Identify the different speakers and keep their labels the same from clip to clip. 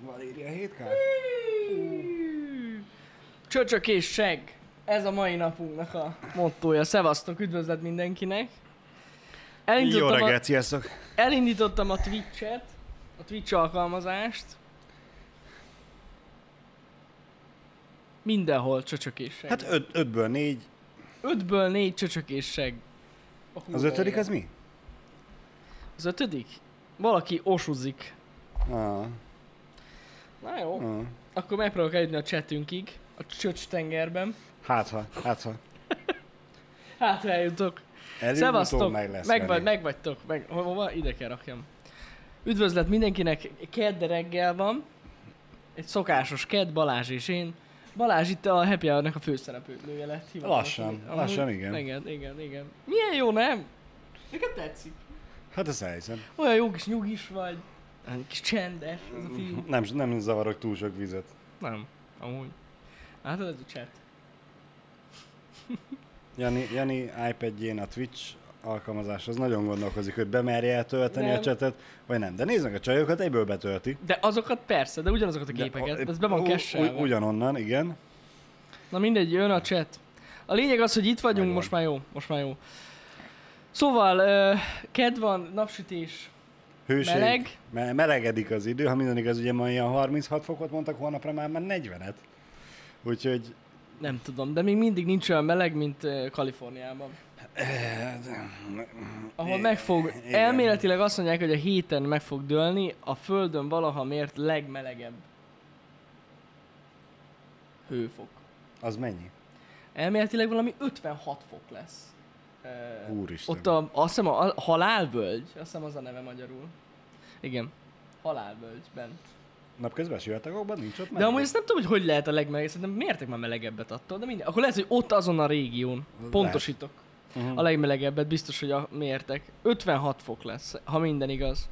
Speaker 1: Valéria 7K?
Speaker 2: Csöcsök és seg. Ez a mai napunknak a mottója. Szevasztok, üdvözlet mindenkinek.
Speaker 1: Jó
Speaker 2: Elindítottam, a,
Speaker 1: reggelt, sziasztok!
Speaker 2: elindítottam a Twitch-et, a Twitch alkalmazást. Mindenhol csöcsök és seg.
Speaker 1: Hát
Speaker 2: Hát,
Speaker 1: 5-ből 4,
Speaker 2: Ötből négy csöcsök és seg. A
Speaker 1: az
Speaker 2: kurva
Speaker 1: ötödik
Speaker 2: élet.
Speaker 1: az mi?
Speaker 2: Az ötödik? Valaki osuzik.
Speaker 1: Ah,
Speaker 2: Na jó,
Speaker 1: ah.
Speaker 2: akkor megpróbálok eljutni a csetünkig, a csöcs tengerben.
Speaker 1: Hát ha, hát ha.
Speaker 2: Hát ha eljutok.
Speaker 1: Előbb-utóbb
Speaker 2: Szevasztok!
Speaker 1: meg lesz
Speaker 2: meg, vagy,
Speaker 1: Jani.
Speaker 2: megvagytok, meg, ho- hova? Ide kell rakjam. Üdvözlet mindenkinek, kedd reggel van. Egy szokásos kedd, Balázs és én. Balázs itt a Happy Hour-nak a főszereplője lett. hivatalosan.
Speaker 1: Lassan, lassan, igen.
Speaker 2: Igen, igen, igen. Milyen jó, nem? Nekem tetszik.
Speaker 1: Hát ez elhiszem.
Speaker 2: Olyan jó kis nyugis vagy. Olyan kis csendes ez a
Speaker 1: Mm.
Speaker 2: fiú.
Speaker 1: Nem, nem zavarok túl sok vizet.
Speaker 2: Nem, amúgy. Hát ez a chat.
Speaker 1: Jani, Jani iPadjén a Twitch alkalmazás az nagyon gondolkozik, hogy bemerje eltölteni
Speaker 2: Nem.
Speaker 1: a chatet, vagy nem. De nézd meg a csajokat, egyből betölti.
Speaker 2: De azokat persze, de ugyanazokat a gépeket.
Speaker 1: De,
Speaker 2: ez be van
Speaker 1: u-
Speaker 2: kesselve.
Speaker 1: u- Ugyanonnan, igen.
Speaker 2: Na mindegy, jön a chat. A lényeg az, hogy itt vagyunk,
Speaker 1: Megvan.
Speaker 2: most már jó, most már jó. Szóval, ö, ked van, napsütés,
Speaker 1: Hőség.
Speaker 2: Meleg.
Speaker 1: Me- melegedik az idő, ha minden igaz, ugye ma ilyen 36 fokot mondtak, holnapra már, már 40-et. Úgyhogy
Speaker 2: nem tudom, de még mindig nincs olyan meleg, mint ö, Kaliforniában. Ahol
Speaker 1: I-
Speaker 2: meg fog,
Speaker 1: igen.
Speaker 2: elméletileg azt mondják, hogy a héten meg fog dőlni a Földön valaha mért legmelegebb hőfok.
Speaker 1: az mennyi?
Speaker 2: Elméletileg valami 56 fok lesz. Ö,
Speaker 1: Úristen.
Speaker 2: Ott a, azt hiszem a, a halálvölgy, azt hiszem az a neve magyarul. Igen, halálvölgyben.
Speaker 1: Napközben sivatagokban nincs ott
Speaker 2: De amúgy ezt nem tudom, hogy hogy lehet a legmelegebb, szerintem mértek már melegebbet attól, de minden. Akkor lehet, hogy ott azon a régión.
Speaker 1: Lehet.
Speaker 2: Pontosítok.
Speaker 1: Mhm.
Speaker 2: A legmelegebbet biztos, hogy a mértek. 56 fok lesz, ha minden igaz.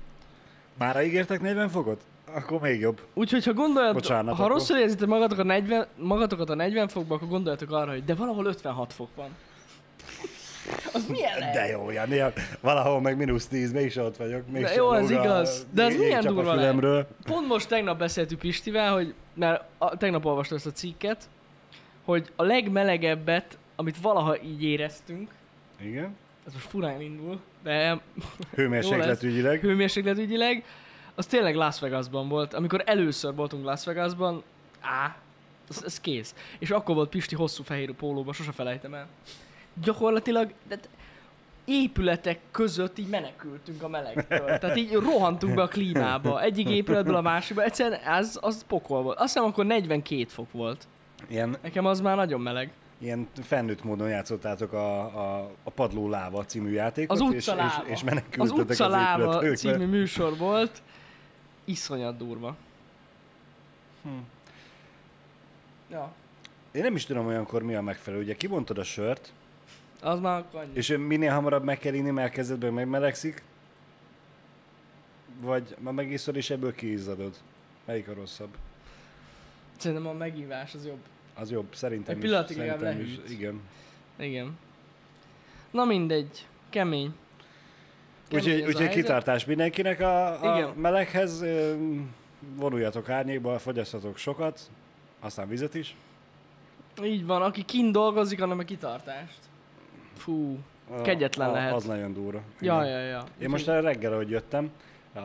Speaker 1: Mára ígértek 40 fokot? Akkor még jobb.
Speaker 2: Úgyhogy ha gondoljátok,
Speaker 1: Bocsánat,
Speaker 2: ha
Speaker 1: akkor.
Speaker 2: rosszul érzitek magatokat, a 40, magatokat a 40 fokba, akkor gondoljatok arra, hogy de valahol 56 fok van. Az milyen lehet?
Speaker 1: De jó, Jani, ja, valahol meg mínusz 10, mégse ott vagyok. Mégse
Speaker 2: jó, ez
Speaker 1: lóg a-
Speaker 2: igaz. De ez
Speaker 1: jég-
Speaker 2: milyen
Speaker 1: jégcsap a
Speaker 2: durva lehet.
Speaker 1: fülemről.
Speaker 2: Pont most tegnap beszéltük Pistivel, hogy mert a, tegnap olvastam ezt a cikket, hogy a legmelegebbet, amit valaha így éreztünk,
Speaker 1: Igen.
Speaker 2: ez most furán indul, de
Speaker 1: Hőmérsékletügyileg.
Speaker 2: hőmérsékletügyileg, az tényleg Las Vegasban volt. Amikor először voltunk Las Vegasban, á, ez, ez kész. És akkor volt Pisti hosszú fehér pólóban, sose felejtem el. Gyakorlatilag de t- épületek között így menekültünk a melegtől. Tehát így rohantunk be a klímába. Egyik épületből a másikba. Egyszerűen ez, az pokol volt. Azt hiszem akkor 42 fok volt.
Speaker 1: Ilyen,
Speaker 2: Nekem az már nagyon meleg.
Speaker 1: ilyen fennőtt módon játszottátok a, a, a Padló Láva című játékot.
Speaker 2: Az
Speaker 1: és,
Speaker 2: utca
Speaker 1: és,
Speaker 2: láva.
Speaker 1: és
Speaker 2: az
Speaker 1: menekültetek
Speaker 2: utca
Speaker 1: az,
Speaker 2: láva
Speaker 1: épületekbe.
Speaker 2: című műsor volt. Iszonyat durva.
Speaker 1: Hm.
Speaker 2: Ja,
Speaker 1: Én nem is tudom olyankor mi a megfelelő. Ugye kibontod a sört,
Speaker 2: az már akkor annyi.
Speaker 1: és minél hamarabb meg kell inni, mert kezdetben megmelegszik, vagy ma megiszod, és ebből kiizzadod. Melyik a rosszabb?
Speaker 2: Szerintem a megívás az jobb.
Speaker 1: Az jobb, szerintem
Speaker 2: Egy
Speaker 1: is.
Speaker 2: pillanatig
Speaker 1: szerintem
Speaker 2: legalább
Speaker 1: is.
Speaker 2: lehűlt.
Speaker 1: Igen.
Speaker 2: Igen. Na mindegy. Kemény. Kemény
Speaker 1: Úgyhogy,
Speaker 2: ez a
Speaker 1: úgyhogy
Speaker 2: helyzet.
Speaker 1: kitartás mindenkinek a, a
Speaker 2: Igen.
Speaker 1: meleghez. ö, Vonuljatok árnyékba, fogyasztatok sokat, aztán vizet is.
Speaker 2: Így van, aki kint dolgozik, annak a kitartást. Fú.
Speaker 1: A-
Speaker 2: Kegyetlen
Speaker 1: a-
Speaker 2: lehet.
Speaker 1: Az nagyon durva.
Speaker 2: Ja,
Speaker 1: Igen.
Speaker 2: ja, ja.
Speaker 1: Én most el reggel, ahogy jöttem, a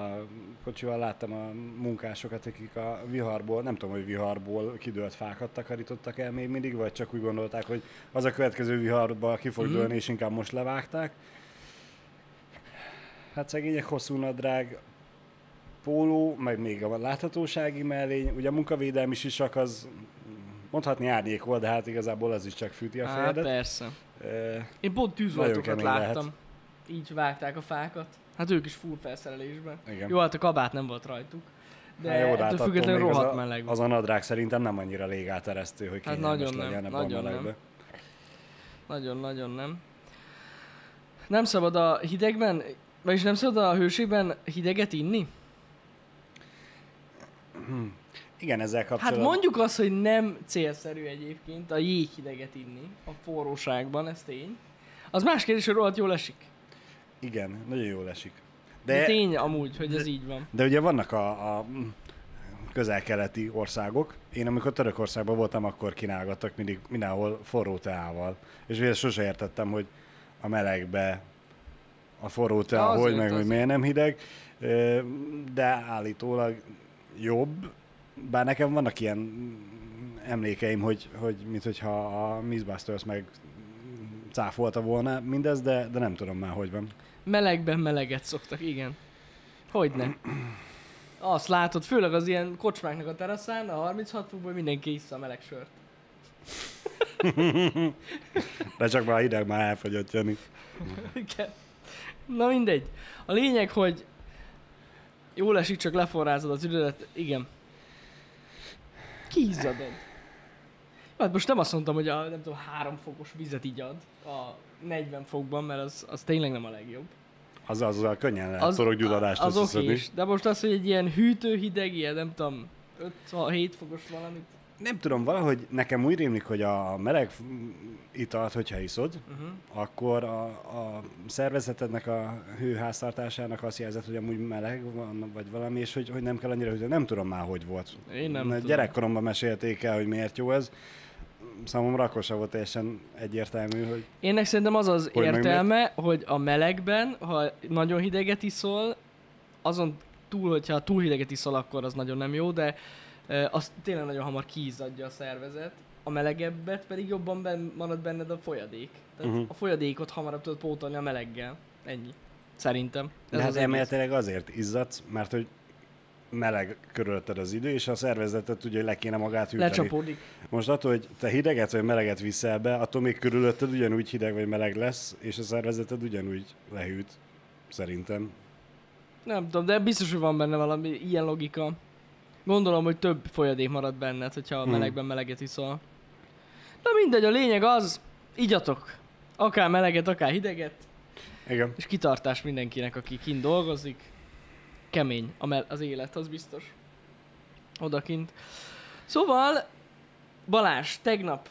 Speaker 1: kocsival láttam a munkásokat, akik a viharból, nem tudom, hogy viharból kidőlt fákat takarítottak el még mindig, vagy csak úgy gondolták, hogy az a következő viharba ki fog
Speaker 2: Mhm.
Speaker 1: dőlni, és inkább most levágták. Hát szegények hosszú nadrág, póló, meg még a láthatósági mellény, ugye a munkavédelmi sisak az mondhatni árnyék volt, de hát igazából az is csak fűti a
Speaker 2: Á,
Speaker 1: fejedet.
Speaker 2: persze.
Speaker 1: Ö,
Speaker 2: Én pont tűzoltókat
Speaker 1: kemény lehet.
Speaker 2: láttam. Így vágták a fákat. Hát ők is full felszerelésben.
Speaker 1: Igen.
Speaker 2: Jó, hát a kabát nem volt rajtuk. De
Speaker 1: Hát jó,
Speaker 2: ettől
Speaker 1: hát attól
Speaker 2: függetlenül
Speaker 1: még az
Speaker 2: rohadt
Speaker 1: a-
Speaker 2: meleg
Speaker 1: Az a nadrág szerintem nem annyira légáteresztő, hogy
Speaker 2: Hát
Speaker 1: kényelmes hát
Speaker 2: nagyon
Speaker 1: nagyon
Speaker 2: nem,
Speaker 1: legyen ebben
Speaker 2: nagyon
Speaker 1: a melegben.
Speaker 2: Nagyon-nagyon nem. Nem szabad a hidegben, vagyis nem szabad a hőségben hideget inni?
Speaker 1: Igen, ezzel
Speaker 2: Hát
Speaker 1: kapcsolatban.
Speaker 2: mondjuk azt, hogy nem célszerű egyébként a jéghideget inni a forróságban, ez tény. Az más kérdés, hogy rohadt jól esik.
Speaker 1: Igen, nagyon jól esik.
Speaker 2: De, de
Speaker 1: De,
Speaker 2: tény amúgy, hogy ez így van.
Speaker 1: de ugye vannak a, a közel-keleti országok. Én amikor Törökországban voltam, akkor kínálgattak mindig mindenhol forró teával. És ugye sose értettem, hogy a melegbe a forró tea,
Speaker 2: Azért,
Speaker 1: hogy meg, hogy
Speaker 2: azért.
Speaker 1: miért nem hideg. Ö, De állítólag jobb, bár nekem vannak ilyen emlékeim, hogy, hogy mint hogyha a Mythbusters meg cáfolta volna mindez, de, de nem tudom már, hogy van.
Speaker 2: Melegben meleget szoktak, igen. Hogyne. Azt látod, főleg az ilyen kocsmáknak a teraszán, a 36 fokban mindenki iszza a meleg sört.
Speaker 1: De csak már a hideg már elfogyott, Jani.
Speaker 2: Igen. Na mindegy. A lényeg, hogy jól esik, csak leforrázod az üdödet. Igen. Kiizzad egy. Hát most nem azt mondtam, hogy a nem tudom, három fokos vizet igyad a 40 fokban, mert az, az tényleg nem a legjobb.
Speaker 1: Az, az, az könnyen lehet az, szorokgyulladást
Speaker 2: az oké
Speaker 1: összeszedni.
Speaker 2: is, de most az, hogy egy ilyen hűtő hideg, ilyen nem tudom, 5-7 fokos valamit.
Speaker 1: Nem tudom, valahogy nekem úgy rémlik, hogy a meleg mm, italt, hogyha iszod,
Speaker 2: Uh-huh.
Speaker 1: akkor a, a szervezetednek a hőháztartásának azt jelzett, hogy amúgy meleg van, vagy valami, és hogy, hogy nem kell annyira hűteni. Nem tudom már, hogy volt.
Speaker 2: Én nem
Speaker 1: Na,
Speaker 2: tudom.
Speaker 1: Gyerekkoromban mesélték el, hogy miért jó ez. Számomra akkor sem volt teljesen egyértelmű, hogy
Speaker 2: Énnek szerintem az az
Speaker 1: Hogy
Speaker 2: hogy
Speaker 1: meg
Speaker 2: értelme, hogy a melegben, ha nagyon hideget iszol, azon túl, hogyha túl hideget iszol, akkor az nagyon nem jó, de ö, az tényleg nagyon hamar kiizzadja a szervezet. A melegebbet pedig jobban ben, marad benned a folyadék. Tehát
Speaker 1: Mhm.
Speaker 2: uh-huh. a folyadékot hamarabb tudod pótolni a meleggel. Ennyi. Szerintem.
Speaker 1: De hát
Speaker 2: az egész.
Speaker 1: elméletileg azért izzadsz, mert hogy meleg körülötted az idő, és a szervezetet tudja, hogy le kéne magát hűteni.
Speaker 2: Lecsapódik.
Speaker 1: Most attól, hogy te hideget vagy meleget viszel be, attól még körülötted ugyanúgy hideg vagy meleg lesz, és a szervezeted ugyanúgy lehűt, szerintem.
Speaker 2: Nem tudom, de biztos, hogy van benne valami ilyen logika. Gondolom, hogy több folyadék marad benned, hogyha a melegben meleget iszol. Na mindegy, a lényeg az, igyatok. Akár meleget, akár hideget,
Speaker 1: Igen.
Speaker 2: és kitartás mindenkinek, aki kint dolgozik. Kemény a mel- az élet, az biztos. Odakint. Szóval, Balázs, tegnap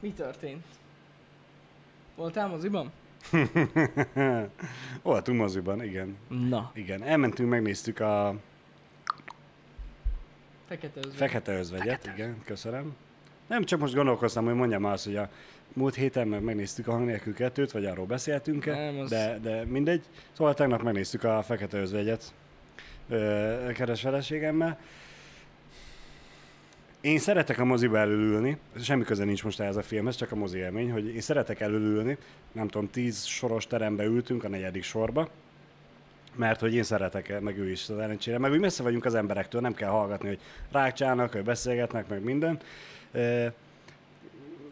Speaker 2: mi történt? Voltál moziban?
Speaker 1: Voltunk moziban, igen.
Speaker 2: Na,
Speaker 1: Igen, elmentünk, megnéztük a
Speaker 2: fekete özvegy.
Speaker 1: Fekete Özvegyet, igen, köszönöm. Nem, csak most gondolkoztam, hogy mondjam azt, hogy a múlt héten meg megnéztük a hang nélkül kettőt, vagy arról beszéltünk
Speaker 2: Nem, az-
Speaker 1: de, de mindegy. Szóval tegnap megnéztük a Fekete Özvegyet ö, keres feleségemmel. Én szeretek a moziba elülülni, semmi köze nincs most ehhez a filmhez, csak a mozi élmény, hogy én szeretek elülülni, nem tudom, tíz soros terembe ültünk a negyedik sorba, mert hogy én szeretek, meg ő is szerencsére, meg úgy messze vagyunk az emberektől, nem kell hallgatni, hogy rákcsálnak, hogy beszélgetnek, meg minden. Ö,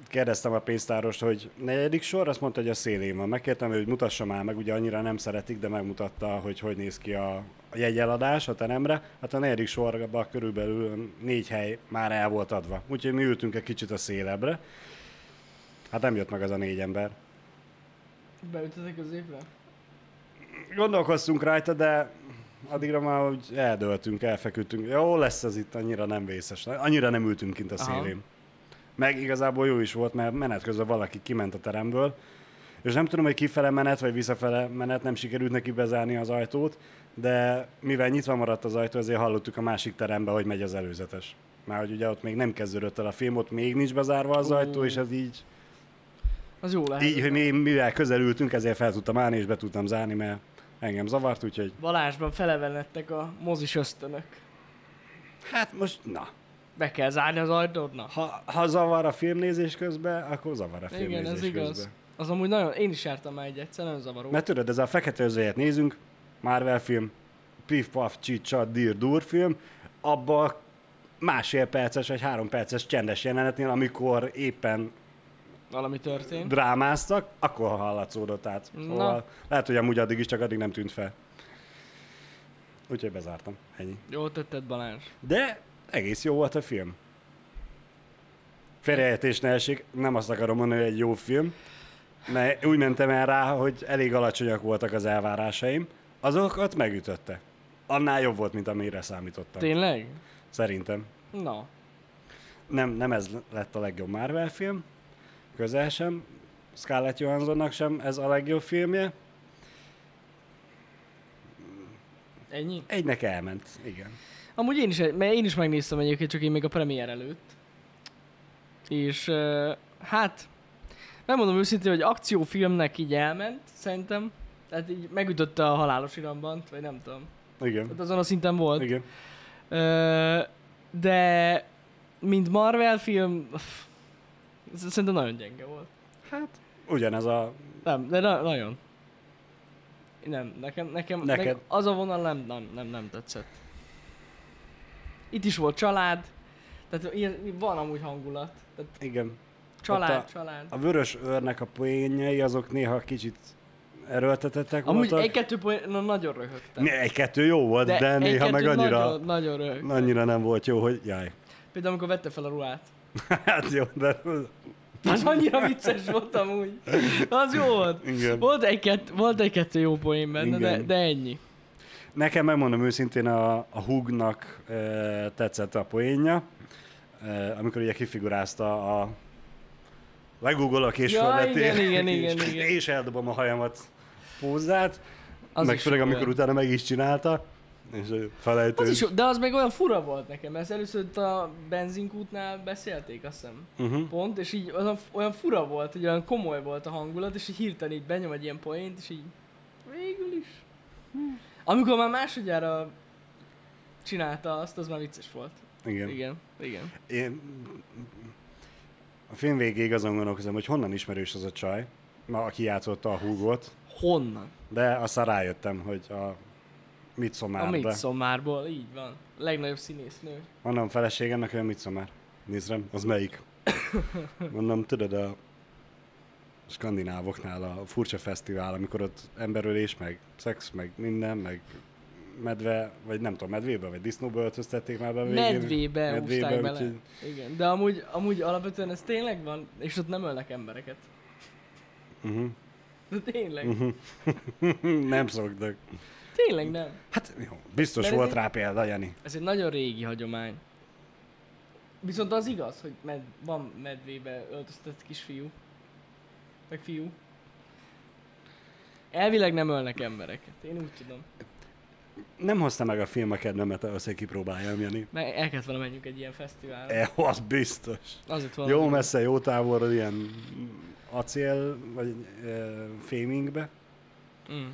Speaker 1: Kérdeztem a pénztárost, hogy negyedik sor, azt mondta, hogy a szélén van. Megkértem, hogy mutassa már meg, ugye annyira nem szeretik, de megmutatta, hogy hogy néz ki a, a jegyeladás a teremre. Hát a negyedik sorban körülbelül négy hely már el volt adva. Úgyhogy mi ültünk egy kicsit a szélebbre. Hát nem jött meg az a négy ember.
Speaker 2: Beütöttek az évre?
Speaker 1: Gondolkoztunk rajta, de addigra már úgy eldöltünk, elfeküdtünk. Jó lesz ez itt, annyira nem vészes. Annyira nem ültünk kint a
Speaker 2: Aha.
Speaker 1: szélén. Meg igazából jó is volt, mert menet közben valaki kiment a teremből, és nem tudom, hogy kifele menet, vagy visszafele menet, nem sikerült neki bezárni az ajtót, de mivel nyitva maradt az ajtó, ezért hallottuk a másik terembe, hogy megy az előzetes. Már hogy ugye ott még nem kezdődött el a film, ott még nincs bezárva az
Speaker 2: Ó.
Speaker 1: ajtó, és ez így,
Speaker 2: Az jó lehet.
Speaker 1: így hogy mi, mivel közelültünk, ezért fel tudtam állni, és be tudtam zárni, mert engem zavart, úgyhogy
Speaker 2: Balázsban felevelettek a mozis ösztönök.
Speaker 1: Hát most, na,
Speaker 2: Be kell zárni az ajtót, na.
Speaker 1: ha, ha zavar a filmnézés közben, akkor zavar a filmnézés
Speaker 2: Igen, ez
Speaker 1: közben.
Speaker 2: igaz. Az amúgy nagyon, én is jártam már egy egyszer, nagyon zavaró.
Speaker 1: Mert tudod, ez a fekete özvegyet nézünk, Marvel film, Piff Puff Csicsa Dir Dur film, abba másfél perces vagy három perces csendes jelenetnél, amikor éppen
Speaker 2: Valami történt.
Speaker 1: drámáztak, akkor hallatszódott át.
Speaker 2: Na.
Speaker 1: Szóval lehet, hogy amúgy addig is, csak addig nem tűnt fel. Úgyhogy bezártam. Ennyi.
Speaker 2: Jól tetted, Balázs.
Speaker 1: De egész jó volt a film. Félreértés ne esik, nem azt akarom mondani, hogy egy jó film, mert úgy mentem el rá, hogy elég alacsonyak voltak az elvárásaim, azokat megütötte. Annál jobb volt, mint amire számítottam.
Speaker 2: Tényleg?
Speaker 1: Szerintem.
Speaker 2: Na.
Speaker 1: Nem, nem ez lett a legjobb Marvel film, közel sem, Scarlett Johanssonnak sem ez a legjobb filmje.
Speaker 2: Ennyi?
Speaker 1: Egynek elment, igen.
Speaker 2: Amúgy én is, mert én is megnéztem egyébként, csak én még a premier előtt. És ö, hát, megmondom őszintén, hogy akciófilmnek így elment, szerintem. Tehát így megütötte a halálos irambant, vagy nem tudom.
Speaker 1: Igen.
Speaker 2: Tehát azon a szinten volt.
Speaker 1: Igen.
Speaker 2: Ö, de mint Marvel film, pff, ez szerintem nagyon gyenge volt.
Speaker 1: Hát, ugyanez a...
Speaker 2: Nem, de na- nagyon. Nem, nekem, nekem,
Speaker 1: Neked.
Speaker 2: nekem az a vonal nem, nem, nem, nem tetszett. Itt is volt család, tehát ilyen, van amúgy hangulat. Tehát
Speaker 1: Igen.
Speaker 2: család,
Speaker 1: Ott
Speaker 2: a, család.
Speaker 1: A vörös őrnek a poénjai azok néha kicsit erőltetettek
Speaker 2: Amúgy
Speaker 1: voltak.
Speaker 2: egy-kettő poén, na, nagyon röhögtem.
Speaker 1: Ne, Egy-kettő jó volt, de, de néha
Speaker 2: egy-kettő
Speaker 1: meg annyira,
Speaker 2: Nagyon, nagyon röhögtem.
Speaker 1: annyira nem volt jó, hogy jaj.
Speaker 2: Például amikor vette fel a ruhát.
Speaker 1: Hát jó, de...
Speaker 2: Az annyira vicces volt amúgy. Az jó volt.
Speaker 1: Igen.
Speaker 2: Volt egy-kettő, volt egy-kettő jó poén benne, de,
Speaker 1: Igen.
Speaker 2: de ennyi.
Speaker 1: Nekem megmondom őszintén, a, a Hugnak e, tetszett a poénja, e, amikor ugye kifigurázta a legugolok és
Speaker 2: Ja,
Speaker 1: fölvetén,
Speaker 2: igen, igen, igen,
Speaker 1: és,
Speaker 2: igen.
Speaker 1: és eldobom a hajamat pózzát,
Speaker 2: Az
Speaker 1: az meg
Speaker 2: is
Speaker 1: főleg
Speaker 2: jó
Speaker 1: amikor
Speaker 2: volt.
Speaker 1: utána meg is csinálta, és ö, felejtő.
Speaker 2: Az is, jó- de az meg olyan fura volt nekem, mert először itt a benzinkútnál beszélték, azt hiszem.
Speaker 1: Uh-huh.
Speaker 2: Pont, és így olyan, olyan fura volt, hogy olyan komoly volt a hangulat, és így hirtelen így benyom egy ilyen poént, és így végül is. Amikor már másodjára csinálta azt, az már vicces volt.
Speaker 1: Igen. igen.
Speaker 2: Igen, igen.
Speaker 1: Én, a film végéig azon gondolkozom, hogy honnan ismerős az a csaj, ma, aki játszotta a húgot,
Speaker 2: Honnan?
Speaker 1: de aztán rájöttem, hogy a mit
Speaker 2: A
Speaker 1: szomár.
Speaker 2: Midsommarból, így van. Legnagyobb színésznő.
Speaker 1: Mondom feleségemnek, hogy mit szomár. Nézd rám, az melyik? Mondom, tudod, a skandinávoknál a furcsa fesztivál, amikor ott emberölés, meg szex, meg minden, meg medve, vagy nem tudom, medvébe, vagy disznóba öltöztették már be végén.
Speaker 2: Medvébe, húzták bele.
Speaker 1: úgyhogy-
Speaker 2: Igen, de amúgy, amúgy alapvetően ez tényleg van, és ott nem ölnek embereket.
Speaker 1: Mhm.
Speaker 2: De tényleg,
Speaker 1: nem szoktak.
Speaker 2: tényleg nem.
Speaker 1: Hát jó, biztos
Speaker 2: Mert ez
Speaker 1: volt
Speaker 2: egy-
Speaker 1: rá példa, Jani.
Speaker 2: Ez egy nagyon régi hagyomány. Viszont az igaz, hogy med, van medvébe öltöztetett kisfiú. Meg fiú. Elvileg nem ölnek embereket, én úgy tudom.
Speaker 1: Nem hozta meg a film a kedvemet, ahhoz, hogy kipróbáljam, Jani.
Speaker 2: Meg el kellett volna menjünk egy ilyen fesztiválra.
Speaker 1: E, az biztos.
Speaker 2: Azért van.
Speaker 1: Jó messze, jó távolról, ilyen mm, acél, vagy e, fémingbe.
Speaker 2: Mm.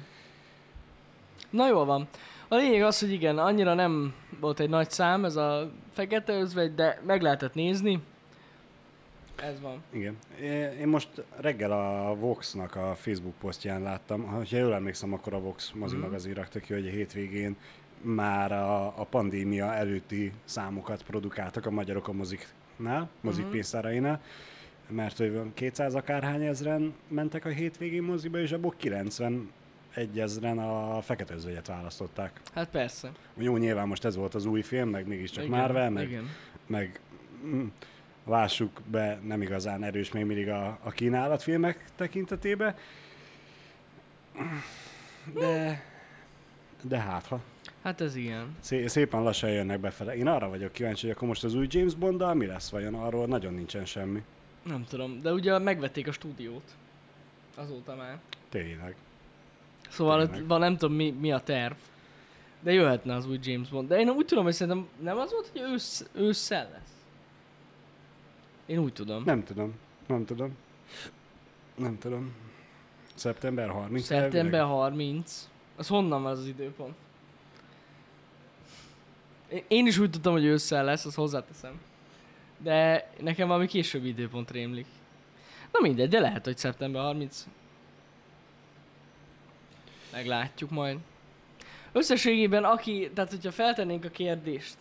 Speaker 2: Na jól van. A lényeg az, hogy igen, annyira nem volt egy nagy szám ez a fekete özvegy, de meg lehetett nézni. Ez van.
Speaker 1: Igen. É- Én most reggel a Vox-nak a Facebook posztján láttam, ha ha jól emlékszem, akkor a Vox mozi
Speaker 2: Mhm.
Speaker 1: magazin rakta ki, hogy a hétvégén már a, a pandémia előtti számokat produkáltak a magyarok a moziknál, mozik
Speaker 2: Mhm.
Speaker 1: pénztárainál, mert hogy 200 akárhány ezren mentek a hétvégén moziba, és abból 91 ezren a fekete özvegyet választották.
Speaker 2: Hát persze.
Speaker 1: Jó, nyilván most ez volt az új film, meg mégiscsak
Speaker 2: igen,
Speaker 1: Marvel, meg
Speaker 2: Igen.
Speaker 1: meg mm, lássuk be, nem igazán erős még mindig a, a kínálatfilmek tekintetében. De, de hát ha.
Speaker 2: Hát ez ilyen.
Speaker 1: Szé- Szépen lassan jönnek befele. Én arra vagyok kíváncsi, hogy akkor most az új James Bonddal mi lesz vajon, arról nagyon nincsen semmi.
Speaker 2: Nem tudom, de ugye megvették a stúdiót. Azóta már.
Speaker 1: Tényleg.
Speaker 2: Szóval
Speaker 1: Tényleg.
Speaker 2: ott van, nem tudom mi, mi a terv. De jöhetne az új James Bond. De én úgy tudom, hogy szerintem nem az volt, hogy ősz, ősszel lesz. Én úgy tudom.
Speaker 1: Nem tudom. Nem tudom. Nem tudom. Szeptember 30
Speaker 2: Szeptember
Speaker 1: elvileg?
Speaker 2: 30. Az honnan van az, az időpont? É- Én is úgy tudtam, hogy ősszel lesz, azt hozzáteszem. De nekem valami későbbi időpont rémlik. Na mindegy, de lehet, hogy szeptember 30. Meglátjuk majd. Összességében, aki, tehát hogyha feltennénk a kérdést,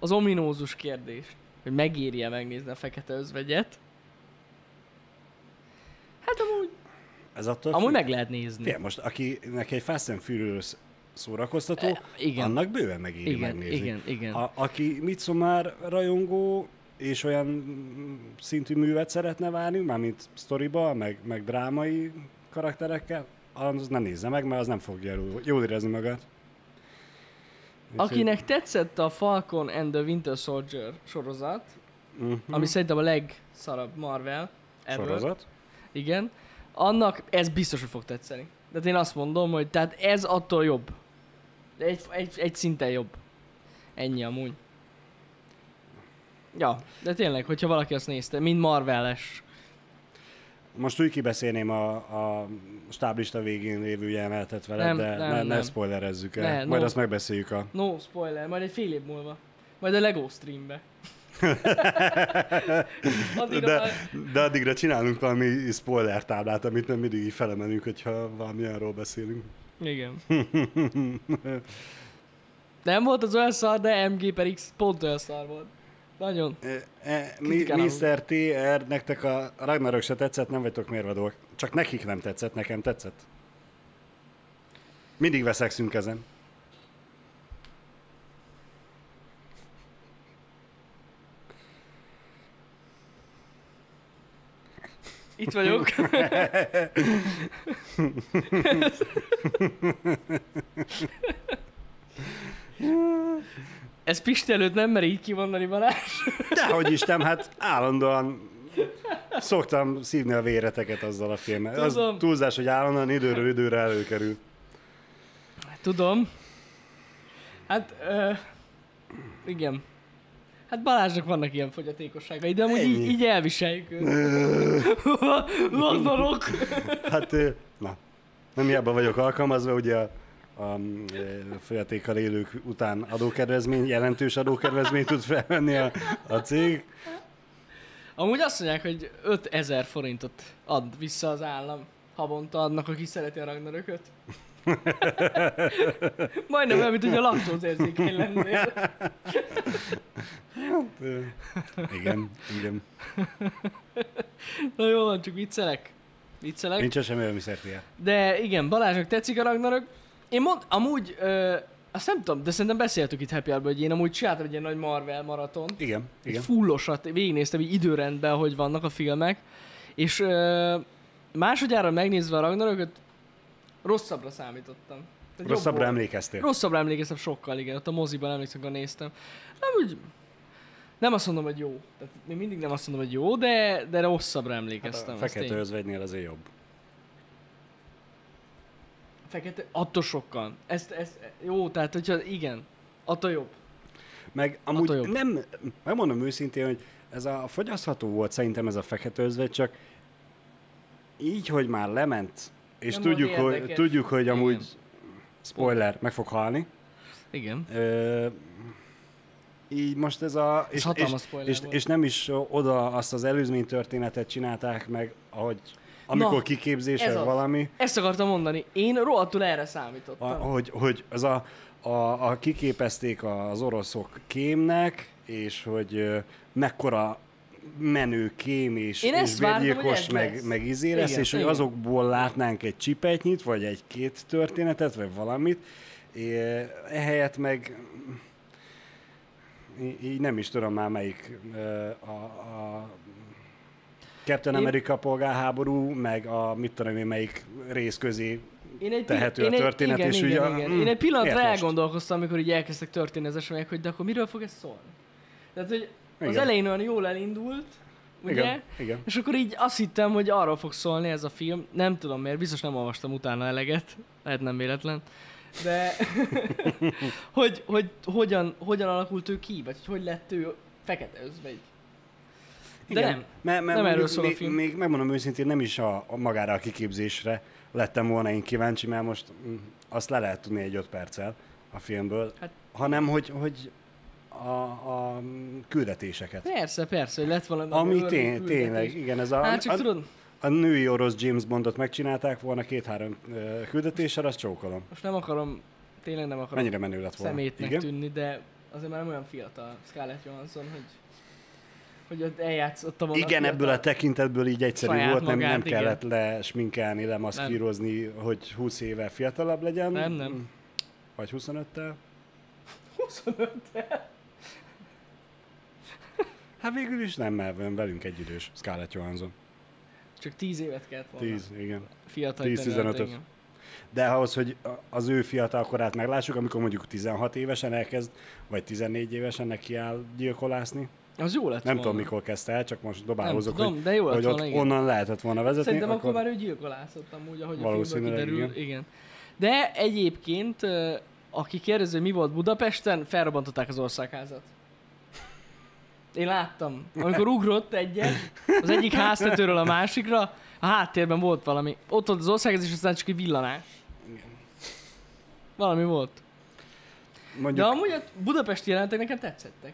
Speaker 2: az ominózus kérdést, hogy megéri-e megnézni a fekete özvegyet, hát amúgy,
Speaker 1: Ez attól
Speaker 2: amúgy
Speaker 1: függ.
Speaker 2: meg lehet nézni.
Speaker 1: Figyelj, most akinek egy Fast and Furious szórakoztató,
Speaker 2: E, Igen.
Speaker 1: annak bőven megéri
Speaker 2: igen,
Speaker 1: megnézni.
Speaker 2: igen, igen.
Speaker 1: A, aki Midsommar rajongó, és olyan mm, szintű művet szeretne várni, mármint sztoriba, meg, meg drámai karakterekkel, az ne nézze meg, mert az nem fogja jól, jól érezni magát. Úgyhogy-
Speaker 2: Akinek tetszett a Falcon and the Winter Soldier sorozat,
Speaker 1: Mhm.
Speaker 2: ami szerintem a legszarabb Marvel ever,
Speaker 1: sorozat.
Speaker 2: igen, annak ez biztos, hogy fog tetszeni. De én azt mondom, hogy tehát ez attól jobb. Egy, egy, egy szinten jobb. Ennyi amúgy. Ja, de tényleg, hogyha valaki azt nézte, mind Marveles.
Speaker 1: Most úgy kibeszélném a, a stáblista végén lévő jelenetet veled,
Speaker 2: Nem,
Speaker 1: de
Speaker 2: nem,
Speaker 1: ne, ne
Speaker 2: nem.
Speaker 1: spoilerezzük el.
Speaker 2: Ne,
Speaker 1: Majd
Speaker 2: no.
Speaker 1: azt megbeszéljük a...
Speaker 2: No spoiler, majd egy fél év múlva. Majd a Lego streambe. Addigra
Speaker 1: De,
Speaker 2: már-
Speaker 1: de addigra csinálunk valami spoiler táblát, amit nem mindig így felemelünk, hogyha valamilyenről beszélünk.
Speaker 2: Igen. Nem volt az olyan szar, de MG per X pont olyan szar volt. Nagyon.
Speaker 1: E, e, mi,
Speaker 2: Kritikálom.
Speaker 1: Mr. TR, nektek a Ragnarök se tetszett, nem vagytok mérvadók. Csak nekik nem tetszett, nekem tetszett. Mindig veszekszünk ezen.
Speaker 2: Itt vagyok. Ez Pisti előtt nem meri így kimondani Balázs.
Speaker 1: Dehogy Isten, hát állandóan szoktam szívni a véreteket azzal a filmmel. Az
Speaker 2: Tudom.
Speaker 1: túlzás, hogy állandóan időről időre előkerül.
Speaker 2: Tudom. Hát, ö, igen. Hát Balázsnak vannak ilyen fogyatékosságai, de amúgy így,
Speaker 1: Ennyi.
Speaker 2: így elviseljük őt. Londonok!
Speaker 1: Hát, ö, na, nem hiába vagyok alkalmazva, ugye a, a ö, fogyatékkal élők után adókedvezmény, jelentős adókedvezményt tud felvenni a, a cég.
Speaker 2: Amúgy azt mondják, hogy 5000 forintot ad vissza az állam. Havonta adnak, aki szereti a Ragnarököt. Majdnem olyan, mint hogy a laktóz érzékeny lennél.
Speaker 1: Hát, Ö, Igen, igen.
Speaker 2: Na jó van, csak viccelek. Viccelek.
Speaker 1: Nincs semmi olyan miszertia.
Speaker 2: De igen, Balázsnak tetszik a Ragnarök. Én mond, amúgy, ö, azt nem tudom, de szerintem beszéltük itt Happy Hour-ban, hogy én amúgy csináltam egy ilyen nagy Marvel maraton.
Speaker 1: Igen,
Speaker 2: Igen.
Speaker 1: igen.
Speaker 2: Egy fullosat, végignéztem így időrendben, hogy vannak a filmek, és ö, másodjára megnézve a Ragnarököt, rosszabbra számítottam. Tehát jobb
Speaker 1: Rosszabbra
Speaker 2: volt.
Speaker 1: emlékeztél.
Speaker 2: Rosszabbra emlékeztem sokkal, igen. Ott a moziban emlékszem, amikor néztem. Nem úgy... Nem azt mondom, hogy jó. Tehát még mindig nem azt mondom, hogy jó, de, de rosszabbra
Speaker 1: Hát
Speaker 2: emlékeztem.
Speaker 1: a
Speaker 2: az
Speaker 1: fekete
Speaker 2: tény.
Speaker 1: özvegynél azért jobb.
Speaker 2: Fekete, attól sokkal. Ezt, ezt, jó, tehát hogyha igen, attól jobb.
Speaker 1: Meg
Speaker 2: Attól
Speaker 1: amúgy
Speaker 2: jobb.
Speaker 1: nem, megmondom őszintén, hogy ez a fogyasztható volt szerintem ez a fekete özvegy, csak így, hogy már lement, és
Speaker 2: Nem
Speaker 1: tudjuk
Speaker 2: volt
Speaker 1: hogy,
Speaker 2: érdekes.
Speaker 1: tudjuk, hogy amúgy
Speaker 2: Igen.
Speaker 1: spoiler, meg fog halni.
Speaker 2: Igen.
Speaker 1: Ö, így most ez a...
Speaker 2: Ez
Speaker 1: És,
Speaker 2: hatalmas
Speaker 1: és,
Speaker 2: spoiler
Speaker 1: és,
Speaker 2: volt.
Speaker 1: és, nem is oda azt az előzmény történetet csinálták meg, ahogy amikor
Speaker 2: Na,
Speaker 1: Na, kiképzés
Speaker 2: ez
Speaker 1: vagy
Speaker 2: az.
Speaker 1: valami.
Speaker 2: Ezt akartam mondani. Én rohadtul erre
Speaker 1: A,
Speaker 2: számítottam.
Speaker 1: hogy, hogy az a, a, a kiképezték az oroszok kémnek, és hogy ö, mekkora menő kém és,
Speaker 2: Én
Speaker 1: és
Speaker 2: ezt vártam, hogy ez
Speaker 1: meg,
Speaker 2: lesz.
Speaker 1: meg izé lesz,
Speaker 2: Igen,
Speaker 1: és hogy
Speaker 2: igen.
Speaker 1: azokból látnánk egy csipetnyit, vagy egy-két történetet, vagy valamit, É, ehelyett meg í- így nem is tudom már melyik ö, a, a Captain
Speaker 2: Én-
Speaker 1: America polgárháború, meg a mit tudom én melyik rész közé
Speaker 2: Én egy,
Speaker 1: tehető
Speaker 2: pi-
Speaker 1: a történet,
Speaker 2: igen,
Speaker 1: és
Speaker 2: igen,
Speaker 1: ugye,
Speaker 2: igen, igen.
Speaker 1: mm,
Speaker 2: Én egy pillanatra
Speaker 1: miért most?
Speaker 2: elgondolkoztam, amikor így elkezdtek történni az események, hogy de akkor miről fog ez szólni? Tehát, hogy az
Speaker 1: Igen.
Speaker 2: elején olyan jól elindult, ugye?
Speaker 1: Igen, igen.
Speaker 2: És akkor így azt hittem, hogy arról fog szólni ez a film. Nem tudom miért, biztos nem olvastam utána eleget. Lehet nem véletlen. De hogy, hogy hogyan, hogyan alakult ő ki, vagy hogy hogy lett ő fekete özvegy. De
Speaker 1: Igen.
Speaker 2: nem.
Speaker 1: Mert, mert
Speaker 2: Nem erről
Speaker 1: mondjuk
Speaker 2: szól a
Speaker 1: még,
Speaker 2: film.
Speaker 1: Még megmondom őszintén, nem is a, a magára a kiképzésre lettem volna én kíváncsi, mert most mm, azt le lehet tudni egy öt perccel a filmből,
Speaker 2: Hát-
Speaker 1: hát. hanem hogy, hogy a, a küldetéseket.
Speaker 2: Persze, persze, hogy lett valami
Speaker 1: Ami
Speaker 2: örök
Speaker 1: tény,
Speaker 2: küldetés.
Speaker 1: tényleg, igen, ez a,
Speaker 2: Hát csak
Speaker 1: a,
Speaker 2: tudod,
Speaker 1: a női orosz James Bondot megcsinálták volna két-három ö, küldetéssel, azt csókolom.
Speaker 2: most nem akarom, tényleg nem akarom
Speaker 1: Mennyire menő lett volna.
Speaker 2: szemétnek
Speaker 1: igen?
Speaker 2: tűnni, de azért már nem olyan fiatal Scarlett Johansson, hogy, hogy ott eljátszotta volna.
Speaker 1: Igen,
Speaker 2: fiatal.
Speaker 1: ebből a tekintetből így egyszerű
Speaker 2: Saját
Speaker 1: volt, nem, nem
Speaker 2: magát, igen.
Speaker 1: kellett lesminkelni, lemaszkírozni, hogy 20 éve fiatalabb legyen.
Speaker 2: Nem,
Speaker 1: Hmm.
Speaker 2: nem.
Speaker 1: Vagy 25-tel.
Speaker 2: 25
Speaker 1: Hát végül is nem, mert ön velünk egy idős Scarlett Johansson.
Speaker 2: Csak 10 évet kellett volna.
Speaker 1: 10, igen.
Speaker 2: Fiatal
Speaker 1: 10-15-öt.
Speaker 2: igen.
Speaker 1: De ahhoz, hogy a- az ő fiatal korát meglássuk, amikor mondjuk 16 évesen elkezd, vagy 14 évesen neki áll gyilkolászni. Nem
Speaker 2: Az jó lett volna.
Speaker 1: tudom, mikor kezdte el, csak most dobálózok,
Speaker 2: tudom,
Speaker 1: hogy,
Speaker 2: de jó lett
Speaker 1: hogy ott
Speaker 2: volna, igen.
Speaker 1: onnan lehetett volna vezetni.
Speaker 2: Szerintem akkor, akkor már ő gyilkolászott amúgy, ahogy a filmből
Speaker 1: Valószínűleg
Speaker 2: kiderül. Igen.
Speaker 1: igen.
Speaker 2: igen. De egyébként ö, aki kérdezi, hogy mi volt Budapesten, felrobbantották az országházat. Én láttam. Amikor ugrott egyet, az egyik háztetőről a másikra, a háttérben volt valami. Ott volt az országház, és aztán csak egy villanás. Valami volt. De
Speaker 1: Mondjuk,
Speaker 2: amúgy a budapesti jelentek nekem tetszettek.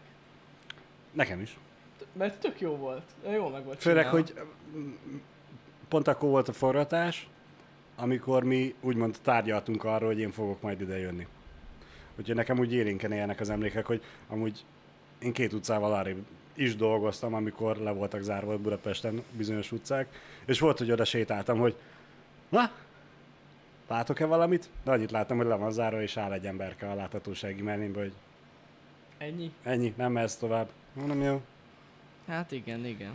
Speaker 1: nekem is.
Speaker 2: Mert tök jó volt. Jól meg volt
Speaker 1: Főleg,
Speaker 2: csinálva.
Speaker 1: hogy mm, pont akkor volt a forgatás, amikor mi úgymond tárgyaltunk arról, hogy én fogok majd ide jönni. Úgyhogy nekem úgy élénken élnek az emlékek, hogy amúgy én két utcával arrébb is dolgoztam, amikor le voltak zárva Budapesten bizonyos utcák, és volt, hogy oda sétáltam, hogy na, látok-e valamit? De annyit láttam, hogy le van zárva, és áll egy emberke a láthatósági mellénybe, hogy
Speaker 2: Ennyi?
Speaker 1: ennyi, nem mehetsz tovább. Mondom, jó.
Speaker 2: Hát igen, igen.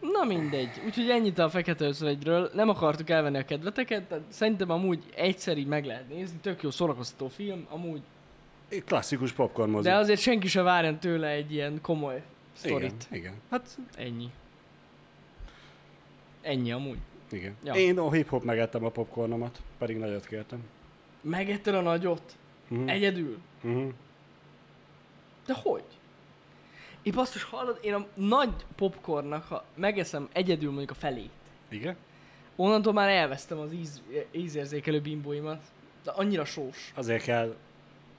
Speaker 2: Na mindegy, úgyhogy ennyit a Fekete Özvegyről. Nem akartuk elvenni a kedveteket, tehát szerintem amúgy egyszer így meg lehet nézni. Tök jó szórakoztató film, amúgy.
Speaker 1: Klasszikus popcorn mozi.
Speaker 2: De azért senki se várjon tőle egy ilyen komoly sztorit.
Speaker 1: Igen, igen. Hát
Speaker 2: Ennyi. Ennyi amúgy.
Speaker 1: Igen.
Speaker 2: Ja.
Speaker 1: Ja. Én a hip-hop megettem a popcornomat, pedig nagyot kértem.
Speaker 2: Megetted a nagyot?
Speaker 1: Mhm.
Speaker 2: Egyedül?
Speaker 1: Uh-huh.
Speaker 2: De hogy? Én basszus hallod, én a nagy popcornnak, ha megeszem egyedül mondjuk a felét,
Speaker 1: Igen?
Speaker 2: Onnantól már elvesztem az íz, ízérzékelő bimbóimat. De annyira sós.
Speaker 1: Azért kell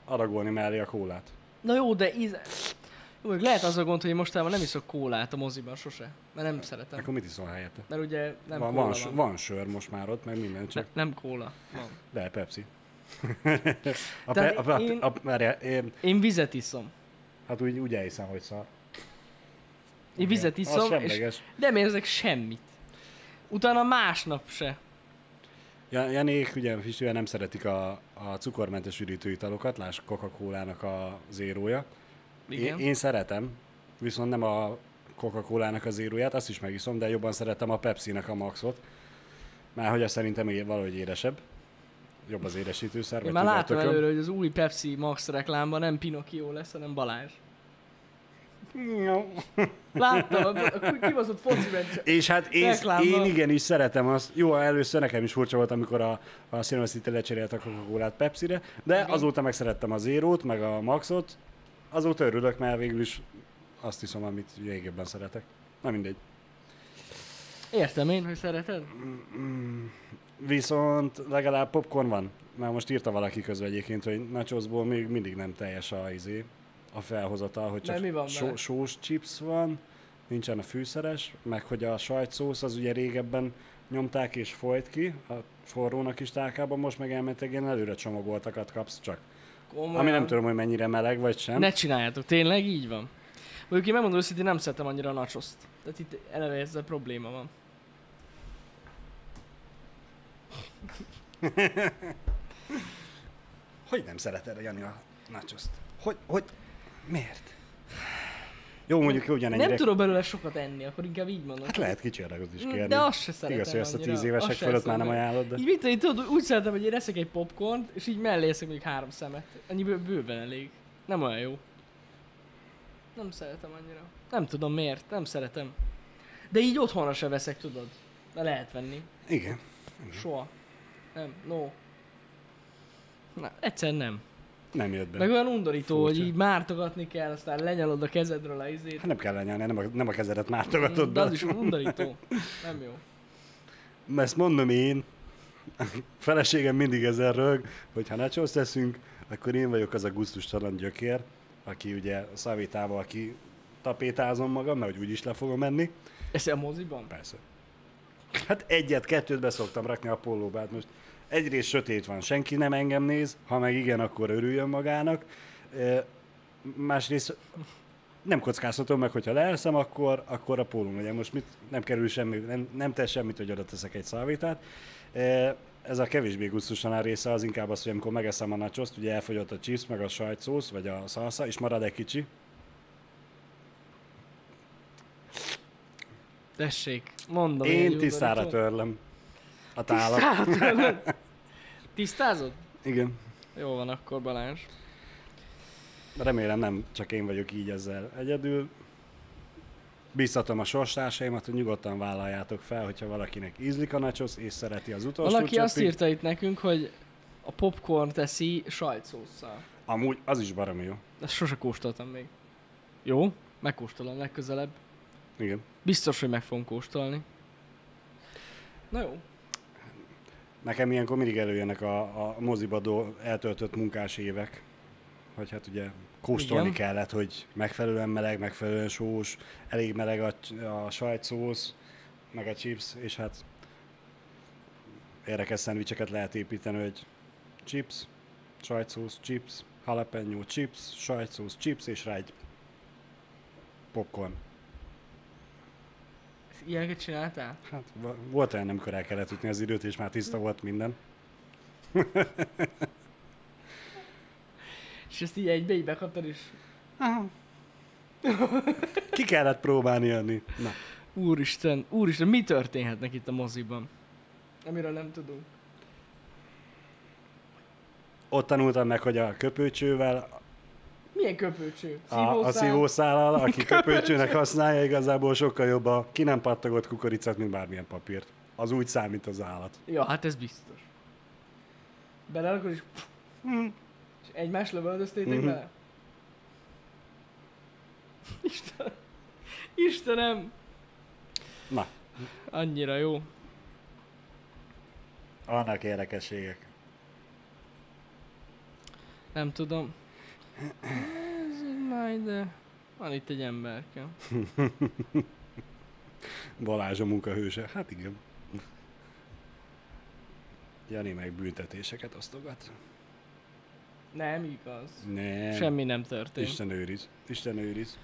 Speaker 1: adagolni mellé a kólát.
Speaker 2: Na jó, de íz... Jó, mondjuk lehet az a gond, hogy én mostában nem iszok kólát a moziban sose. Mert nem szeretem.
Speaker 1: Akkor mit iszol helyette?
Speaker 2: Mert ugye
Speaker 1: van,
Speaker 2: nem kóla
Speaker 1: van,
Speaker 2: van.
Speaker 1: s- van sör most már ott, meg minden,
Speaker 2: Ne,
Speaker 1: csak
Speaker 2: nem kóla. Van.
Speaker 1: de, Pepsi. a, pe,
Speaker 2: Tehát
Speaker 1: a, pe,
Speaker 2: én-
Speaker 1: a, a, a, én,
Speaker 2: Én vizet iszom.
Speaker 1: hát úgy, úgy elhiszem, hogy szar.
Speaker 2: Én vizet
Speaker 1: Igen. Az
Speaker 2: iszom, és
Speaker 1: semleges.
Speaker 2: nem érzek semmit. Utána másnap se.
Speaker 1: Ja, Janék ugye Fisően nem szeretik a, a cukormentes üdítőitalokat, láss Coca-Cola-nak a zérója.
Speaker 2: Igen.
Speaker 1: Én, én szeretem, viszont nem a Coca-Cola-nak a zéróját, azt is megiszom, de jobban szeretem a Pepsi-nek a maxot. Már hogy az szerintem é- valahogy édesebb. Jobb az édesítőszer,
Speaker 2: Én
Speaker 1: vagy
Speaker 2: már
Speaker 1: tudja a
Speaker 2: látom
Speaker 1: tököm.
Speaker 2: előre, hogy az új Pepsi Max reklámban nem Pinocchio lesz, hanem Balázs.
Speaker 1: Jó.
Speaker 2: Láttam, a, a kibaszott foci meccsen.
Speaker 1: És hát én,
Speaker 2: Reklámmal.
Speaker 1: én igenis szeretem azt. Jó, először nekem is furcsa volt, amikor a, a Cinema City lecserélt a Coca-Colát Pepsi-re, de
Speaker 2: Igen.
Speaker 1: azóta megszerettem a Zérót, meg a Maxot. Azóta örülök, mert végül is azt hiszem, amit régebben szeretek. Na mindegy.
Speaker 2: Értem én, hogy szereted.
Speaker 1: Viszont legalább popcorn van. Már most írta valaki közben egyébként, hogy nachosból még mindig nem teljes a izé, a felhozata, hogy
Speaker 2: De
Speaker 1: csak
Speaker 2: mi van vele?
Speaker 1: só, sós chips van, nincsen a fűszeres, meg hogy a sajtszósz az ugye régebben nyomták és folyt ki a forrónak is tálkában, most meg elmentek ilyen előre csomagoltakat kapsz csak.
Speaker 2: Komolyan.
Speaker 1: Ami nem tudom, hogy mennyire meleg vagy sem.
Speaker 2: Ne csináljátok, tényleg így van. Mondjuk én megmondom őszintén, nem szeretem annyira a nacsoszt. Tehát itt eleve ezzel probléma van.
Speaker 1: Hogy nem szereted, Jani, a nachoszt? Hogy, hogy, miért? Jó, mondjuk ugyanennyire.
Speaker 2: Nem tudok belőle sokat enni, akkor inkább így mondom. Mm,
Speaker 1: Hát lehet kicsiaragod is kérni.
Speaker 2: De azt se szeretem
Speaker 1: Igaz, hogy ezt a
Speaker 2: annyira.
Speaker 1: tíz évesek
Speaker 2: Azt se
Speaker 1: fölött már nem
Speaker 2: szeretem.
Speaker 1: ajánlod, de...
Speaker 2: Így mit, így tudod, úgy szeretem, hogy én eszek egy popcornt, és így mellé eszek mondjuk három szemet. Annyi bő- bőven elég. Nem olyan jó. Nem szeretem annyira. Nem tudom miért, nem szeretem. De így otthonra se veszek, tudod. De lehet venni.
Speaker 1: Igen.
Speaker 2: Soha. Nem, no. Na, egyszer nem.
Speaker 1: Nem jött be.
Speaker 2: Meg olyan undorító,
Speaker 1: Furcsa.
Speaker 2: hogy így mártogatni kell, aztán lenyalod a kezedről a izét.
Speaker 1: Hát nem kell lenyelni, nem a, nem a kezedet
Speaker 2: Mm,
Speaker 1: mártogatod
Speaker 2: De
Speaker 1: be.
Speaker 2: az is undorító. Nem jó.
Speaker 1: Ezt mondom én. Feleségem mindig ezen rög, hogy ha nachos teszünk, akkor én vagyok az a guztustalan gyökér, aki ugye szavitával ki tapétázom magam, mert hogy úgyis le fogom menni.
Speaker 2: Ez a moziban?
Speaker 1: Persze. Hát egyet, kettőt beszoktam rakni a pólóbát most. Egyrészt sötét van, senki nem engem néz, ha meg igen, akkor örüljön magának. Ö, Másrészt nem kockáztatom meg, hogyha leelszem, akkor, akkor a pólóm legyen. Most mit, nem kerül semmi, nem, nem tesz semmit, hogy oda teszek egy szalvétát. Ö, Ez a kevésbé gusztusan a része az inkább az, hogy amikor megeszem a nachoszt, ugye elfogyott a chips, meg a sajtszósz, vagy a szalsza, és marad egy kicsi,
Speaker 2: Tessék, mondom. hogy egy
Speaker 1: én
Speaker 2: undorító.
Speaker 1: tisztára törlöm a tálat.
Speaker 2: Tisztára törlöd? Tisztázod?
Speaker 1: Igen.
Speaker 2: Jó van akkor Balázs.
Speaker 1: Remélem nem csak én vagyok így ezzel egyedül. Bíztatom a sorstásaimat, hogy nyugodtan vállaljátok fel, hogyha valakinek ízlik a nachos, és szereti az utolsó
Speaker 2: Valaki azt
Speaker 1: csöppig.
Speaker 2: írta itt nekünk, hogy a popcorn teszi sajtszósszal.
Speaker 1: Amúgy az is baromi jó.
Speaker 2: Ezt sose kóstoltam még. Jó, megkóstolom legközelebb.
Speaker 1: Igen.
Speaker 2: Biztos, hogy meg fogom kóstolni. Na jó.
Speaker 1: Nekem ilyenkor mindig előjönnek a, a mozibadó eltöltött munkás évek, hogy hát ugye kóstolni
Speaker 2: Igen.
Speaker 1: Igen. kellett, hogy megfelelően meleg, megfelelően sós, elég meleg a, a sajtszósz, meg a chips, és hát érdekes szendvicseket lehet építeni, hogy chips, sajtszósz, chips, jalapeno chips, sajtszósz, chips, és rá egy popcorn.
Speaker 2: Ilyeneket csináltál?
Speaker 1: Hát va- volt olyan, amikor el kellett ütni az időt, és már tiszta volt minden.
Speaker 2: És ezt így egybe így bekaptad is?
Speaker 1: Ki kellett próbálni adni. Na.
Speaker 2: Úristen, úristen, mi történhetnek itt a moziban? Amiről nem tudunk.
Speaker 1: Ott tanultam meg, hogy a köpőcsővel,
Speaker 2: Milyen köpőcső?
Speaker 1: a, a
Speaker 2: Szívószál?
Speaker 1: szívószállal, aki köpőcsőnek használja, igazából sokkal jobb a ki nem pattogott kukoricát, mint bármilyen papírt. Az úgy számít az állat.
Speaker 2: Ja, hát ez biztos. Belerakod és...
Speaker 1: Hmm.
Speaker 2: És egymás lövöldöztétek
Speaker 1: Mhm.
Speaker 2: bele? Isten... Istenem!
Speaker 1: Na,
Speaker 2: Annyira jó.
Speaker 1: annak érdekességek.
Speaker 2: Nem tudom. Ez majd... eh, Van itt egy emberke.
Speaker 1: Balázs a munkahőse. Hát igen. Jani meg büntetéseket osztogat.
Speaker 2: Nem igaz.
Speaker 1: Nem.
Speaker 2: Semmi nem történt.
Speaker 1: Isten őriz. Isten őriz.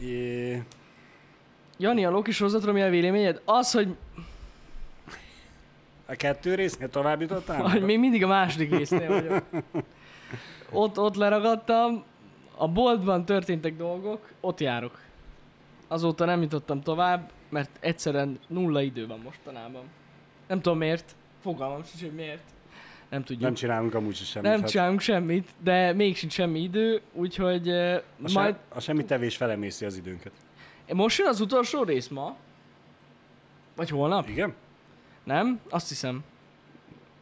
Speaker 1: É...
Speaker 2: Jani, a Loki sorozatról mi a véleményed? Az, hogy,
Speaker 1: A kettő résznél tovább jutottál?
Speaker 2: hogy még mindig a második résznél vagyok. Ott, ott leragadtam, a boltban történtek dolgok, ott járok. Azóta nem jutottam tovább, mert egyszerűen nulla idő van mostanában. Nem tudom miért, fogalmam sincs, hogy miért. Nem tudjuk.
Speaker 1: Nem csinálunk amúgy se semmit.
Speaker 2: nem
Speaker 1: hát
Speaker 2: csinálunk semmit, de még sincs semmi idő, úgyhogy eh,
Speaker 1: a, se-
Speaker 2: majd...
Speaker 1: a semmi tevés felemészi az időnket.
Speaker 2: Most jön az utolsó rész ma? Vagy holnap?
Speaker 1: Igen?
Speaker 2: Nem? Azt hiszem.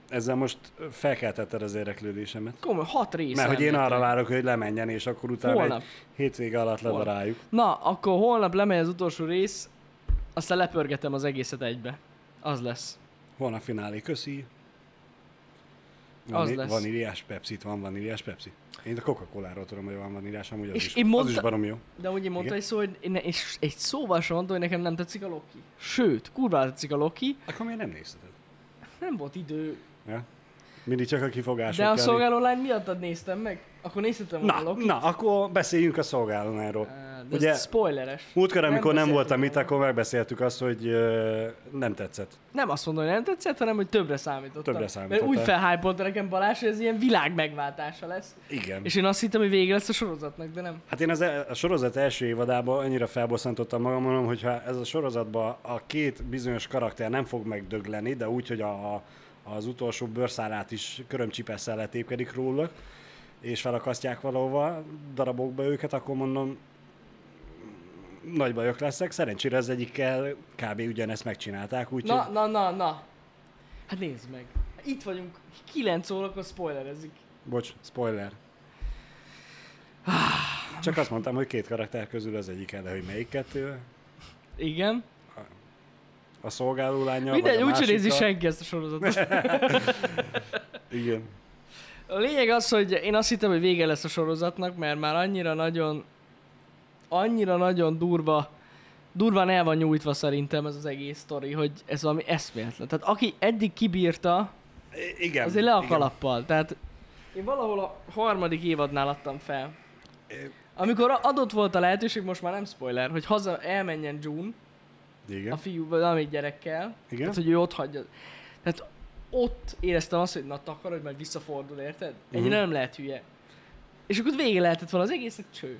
Speaker 1: Ezzel most felkeltetted az érdeklődésemet.
Speaker 2: Komoly, hat rész.
Speaker 1: Mert hogy én
Speaker 2: elméletileg.
Speaker 1: arra várok, hogy lemenjen, és akkor utána
Speaker 2: Holnap.
Speaker 1: egy hétvége alatt
Speaker 2: Holnap.
Speaker 1: ledaráljuk.
Speaker 2: Na, akkor holnap lemegy az utolsó rész, aztán lepörgetem az egészet egybe. Az lesz.
Speaker 1: Holnap finálé, köszi.
Speaker 2: Az
Speaker 1: Van,
Speaker 2: lesz.
Speaker 1: vaníliás pepsi van vaníliás Pepsi. Én a Coca-Cola-ról tudom, hogy van vaníliás, amúgy az,
Speaker 2: És
Speaker 1: is,
Speaker 2: én
Speaker 1: az is
Speaker 2: mondta-
Speaker 1: barom jó.
Speaker 2: De ugye mondta
Speaker 1: Igen.
Speaker 2: egy szó, hogy én ne, és egy szóval sem mondta, hogy nekem nem tetszik a Loki. Sőt, kurva tetszik a Loki,
Speaker 1: Akkor miért nem nézted?
Speaker 2: nem volt idő.
Speaker 1: Ja? Mindig csak a kifogások
Speaker 2: De a
Speaker 1: elég.
Speaker 2: szolgáló lány miattad néztem meg. Akkor nézhettem volna a
Speaker 1: Na,
Speaker 2: Loki.
Speaker 1: na, akkor beszéljünk a szolgálónáról.
Speaker 2: De
Speaker 1: Ugye-
Speaker 2: ugye... ez spoileres.
Speaker 1: Múltkor,
Speaker 2: Nem
Speaker 1: amikor nem,
Speaker 2: beszéltünk
Speaker 1: voltam itt,
Speaker 2: róla.
Speaker 1: akkor megbeszéltük azt, hogy ö, nem tetszett.
Speaker 2: Nem azt mondom, hogy nem tetszett, hanem hogy többre számítottam.
Speaker 1: Többre
Speaker 2: Mert úgy
Speaker 1: számítottál.
Speaker 2: felhájpolta nekem Balázs, hogy ez ilyen világ megváltása lesz.
Speaker 1: Igen.
Speaker 2: És én azt hittem, hogy vége lesz a sorozatnak, de nem.
Speaker 1: Hát én az el, a sorozat első évadában annyira felbosszantottam magam, mondom, hogyha ez a sorozatban a két bizonyos karakter nem fog megdögleni, de úgy, hogy a, a, az utolsó bőrszálát is körömcsipesszel letépkedik róluk, és felakasztják valahova darabokba őket, akkor mondom, nagy bajok leszek. Szerencsére az egyikkel kb. ugyanezt megcsinálták, úgyhogy...
Speaker 2: Na, na, na, na. Hát nézd meg. Itt vagyunk. 9 órakor spoilerezik.
Speaker 1: Bocs, spoiler. Csak azt mondtam, hogy két karakter közül az egyik el, de hogy melyik kettő?
Speaker 2: Igen.
Speaker 1: A szolgáló lánya,
Speaker 2: Mindegy,
Speaker 1: vagy a
Speaker 2: úgy nézi
Speaker 1: másikkal?
Speaker 2: senki ezt a sorozatot.
Speaker 1: Igen.
Speaker 2: A lényeg az, hogy én azt hittem, hogy vége lesz a sorozatnak, mert már annyira nagyon, annyira nagyon durva, durván el van nyújtva szerintem ez az egész sztori, hogy ez valami eszméletlen. Tehát aki eddig kibírta,
Speaker 1: I- Igen.
Speaker 2: azért le a
Speaker 1: igen.
Speaker 2: kalappal. Tehát én valahol a harmadik évadnál adtam fel.
Speaker 1: É-
Speaker 2: Amikor a- adott volt a lehetőség, most már nem spoiler, hogy haza elmenjen June, a
Speaker 1: Igen.
Speaker 2: fiú valamelyik gyerekkel,
Speaker 1: Igen.
Speaker 2: tehát hogy ő ott hagyja. Tehát ott éreztem azt, hogy na takar, hogy majd visszafordul, érted? Ennyire
Speaker 1: Mhm.
Speaker 2: nem lehet hülye. És akkor vége lehetett volna az egészet cső.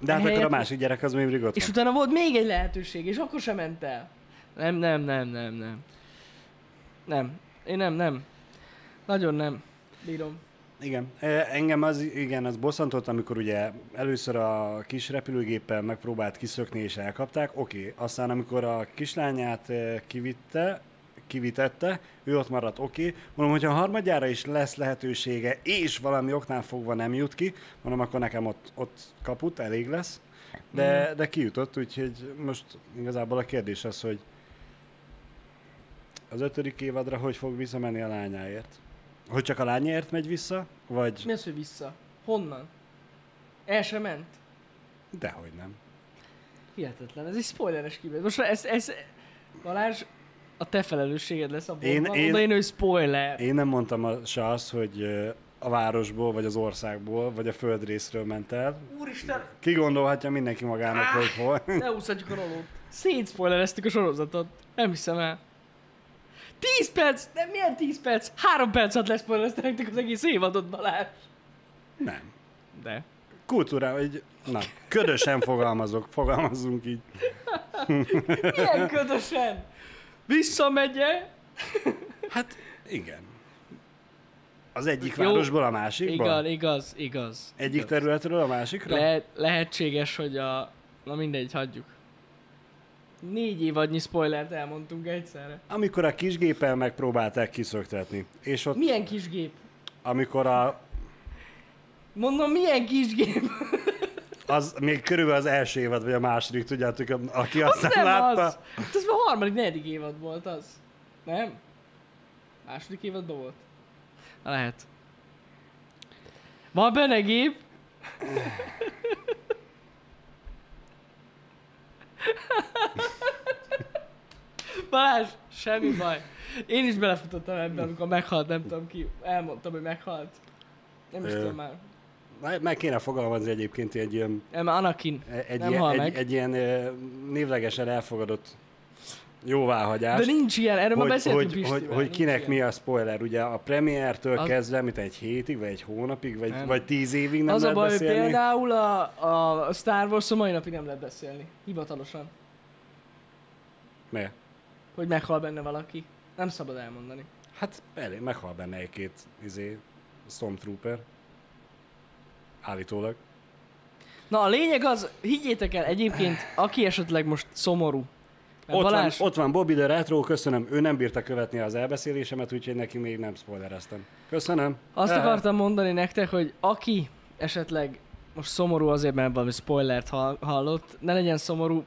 Speaker 1: De hát akkor a
Speaker 2: helyett-
Speaker 1: másik gyerek az még mindig ott
Speaker 2: És
Speaker 1: van.
Speaker 2: utána volt még egy lehetőség, és akkor sem ment el. Nem, nem, nem, nem, nem. Nem. Én nem, nem. Nagyon nem. Bírom.
Speaker 1: Igen, E, engem az, igen, az bosszantott, amikor ugye először a kis repülőgéppel megpróbált kiszökni és elkapták, oké, aztán amikor a kislányát e, kivitte, kivitette, ő ott maradt, oké, mondom, hogyha a harmadjára is lesz lehetősége, és valami oknál fogva nem jut ki, mondom, akkor nekem ott, ott kaput, elég lesz, de, de kijutott, úgyhogy most igazából a kérdés az, hogy az ötödik évadra hogy fog visszamenni a lányáért? Hogy csak a lányért megy vissza, vagy
Speaker 2: Mi az, hogy vissza? Honnan? El sem ment?
Speaker 1: dehogy nem.
Speaker 2: Hihetetlen, ez egy spoileres kibet. Most már ez, ez, Balázs, a te felelősséged lesz a
Speaker 1: Én-
Speaker 2: boltban,
Speaker 1: én-
Speaker 2: én, én, ő spoiler.
Speaker 1: Én nem mondtam a- se azt, hogy ö, a városból, vagy az országból, vagy a földrészről ment el.
Speaker 2: Úristen,
Speaker 1: Ki gondolhatja mindenki magának, hogy hol.
Speaker 2: ne úszhatjuk a rolót. Szétspoilereztük a sorozatot. Nem hiszem el. 10 perc! De milyen 10 perc? 3 perc alatt leszpoilereztek nektek az egész évadot, Balázs.
Speaker 1: Nem.
Speaker 2: De.
Speaker 1: Kultúra, egy, na, ködösen fogalmazok, fogalmazunk így.
Speaker 2: Milyen ködösen? Visszamegye?
Speaker 1: Hát, igen. Az egyik
Speaker 2: Jó.
Speaker 1: városból a másikba?
Speaker 2: Igen, igaz, igaz.
Speaker 1: Egyik
Speaker 2: igaz.
Speaker 1: területről a másikra?
Speaker 2: Le- lehetséges, hogy a... Na mindegy, hagyjuk. Négy évadnyi spoilert elmondtunk egyszerre.
Speaker 1: Amikor a kisgéppel megpróbálták kiszöktetni, és ott,
Speaker 2: Milyen kis gép?
Speaker 1: amikor a,
Speaker 2: Mondom, milyen kis gép?
Speaker 1: az még körülbelül az első évad, vagy a második, tudjátok, aki
Speaker 2: Az
Speaker 1: azt
Speaker 2: nem
Speaker 1: nem látta.
Speaker 2: az. Hát ez már harmadik, negyedik évad volt az. Nem? Második évadban volt? Na, Lehet. Van benne gép? Balázs, semmi baj. Én is belefutottam ebben, amikor meghalt, nem tudom ki. Elmondtam, hogy meghalt. Nem is
Speaker 1: Ö.
Speaker 2: tudom már.
Speaker 1: Meg meg kéne fogalmazni egyébként egy ilyen,
Speaker 2: Nem, Anakin.
Speaker 1: egy,
Speaker 2: Nem hal
Speaker 1: ilyen,
Speaker 2: meg.
Speaker 1: egy, egy ilyen ö, névlegesen elfogadott jóváhagyás.
Speaker 2: De nincs ilyen, erről már
Speaker 1: hogy,
Speaker 2: beszéltünk
Speaker 1: hogy, hogy,
Speaker 2: Pistivel,
Speaker 1: hogy
Speaker 2: nincs
Speaker 1: kinek
Speaker 2: ilyen.
Speaker 1: mi a spoiler, ugye a premiértől
Speaker 2: Az-
Speaker 1: kezdve, mint egy hétig, vagy egy hónapig, vagy,
Speaker 2: Nem.
Speaker 1: vagy tíz évig nem
Speaker 2: az a
Speaker 1: lehet
Speaker 2: baj, hogy
Speaker 1: beszélni.
Speaker 2: például a, a Star Wars a mai napig nem lehet beszélni. Hivatalosan.
Speaker 1: Miért?
Speaker 2: Hogy meghal benne valaki. Nem szabad elmondani.
Speaker 1: Hát elég, meghal benne egy-két izé, Stormtrooper. Állítólag.
Speaker 2: Na a lényeg az, higgyétek el, egyébként, aki esetleg most szomorú. Mert
Speaker 1: Ott,
Speaker 2: Balázs,
Speaker 1: van, ott van Bobby the Retro, köszönöm. Ő nem bírta követni az elbeszélésemet, úgyhogy neki még nem spoilereztem. Köszönöm.
Speaker 2: azt
Speaker 1: Ehe.
Speaker 2: akartam mondani nektek, hogy aki esetleg most szomorú azért, mert valami spoilert hall- hallott, ne legyen szomorú,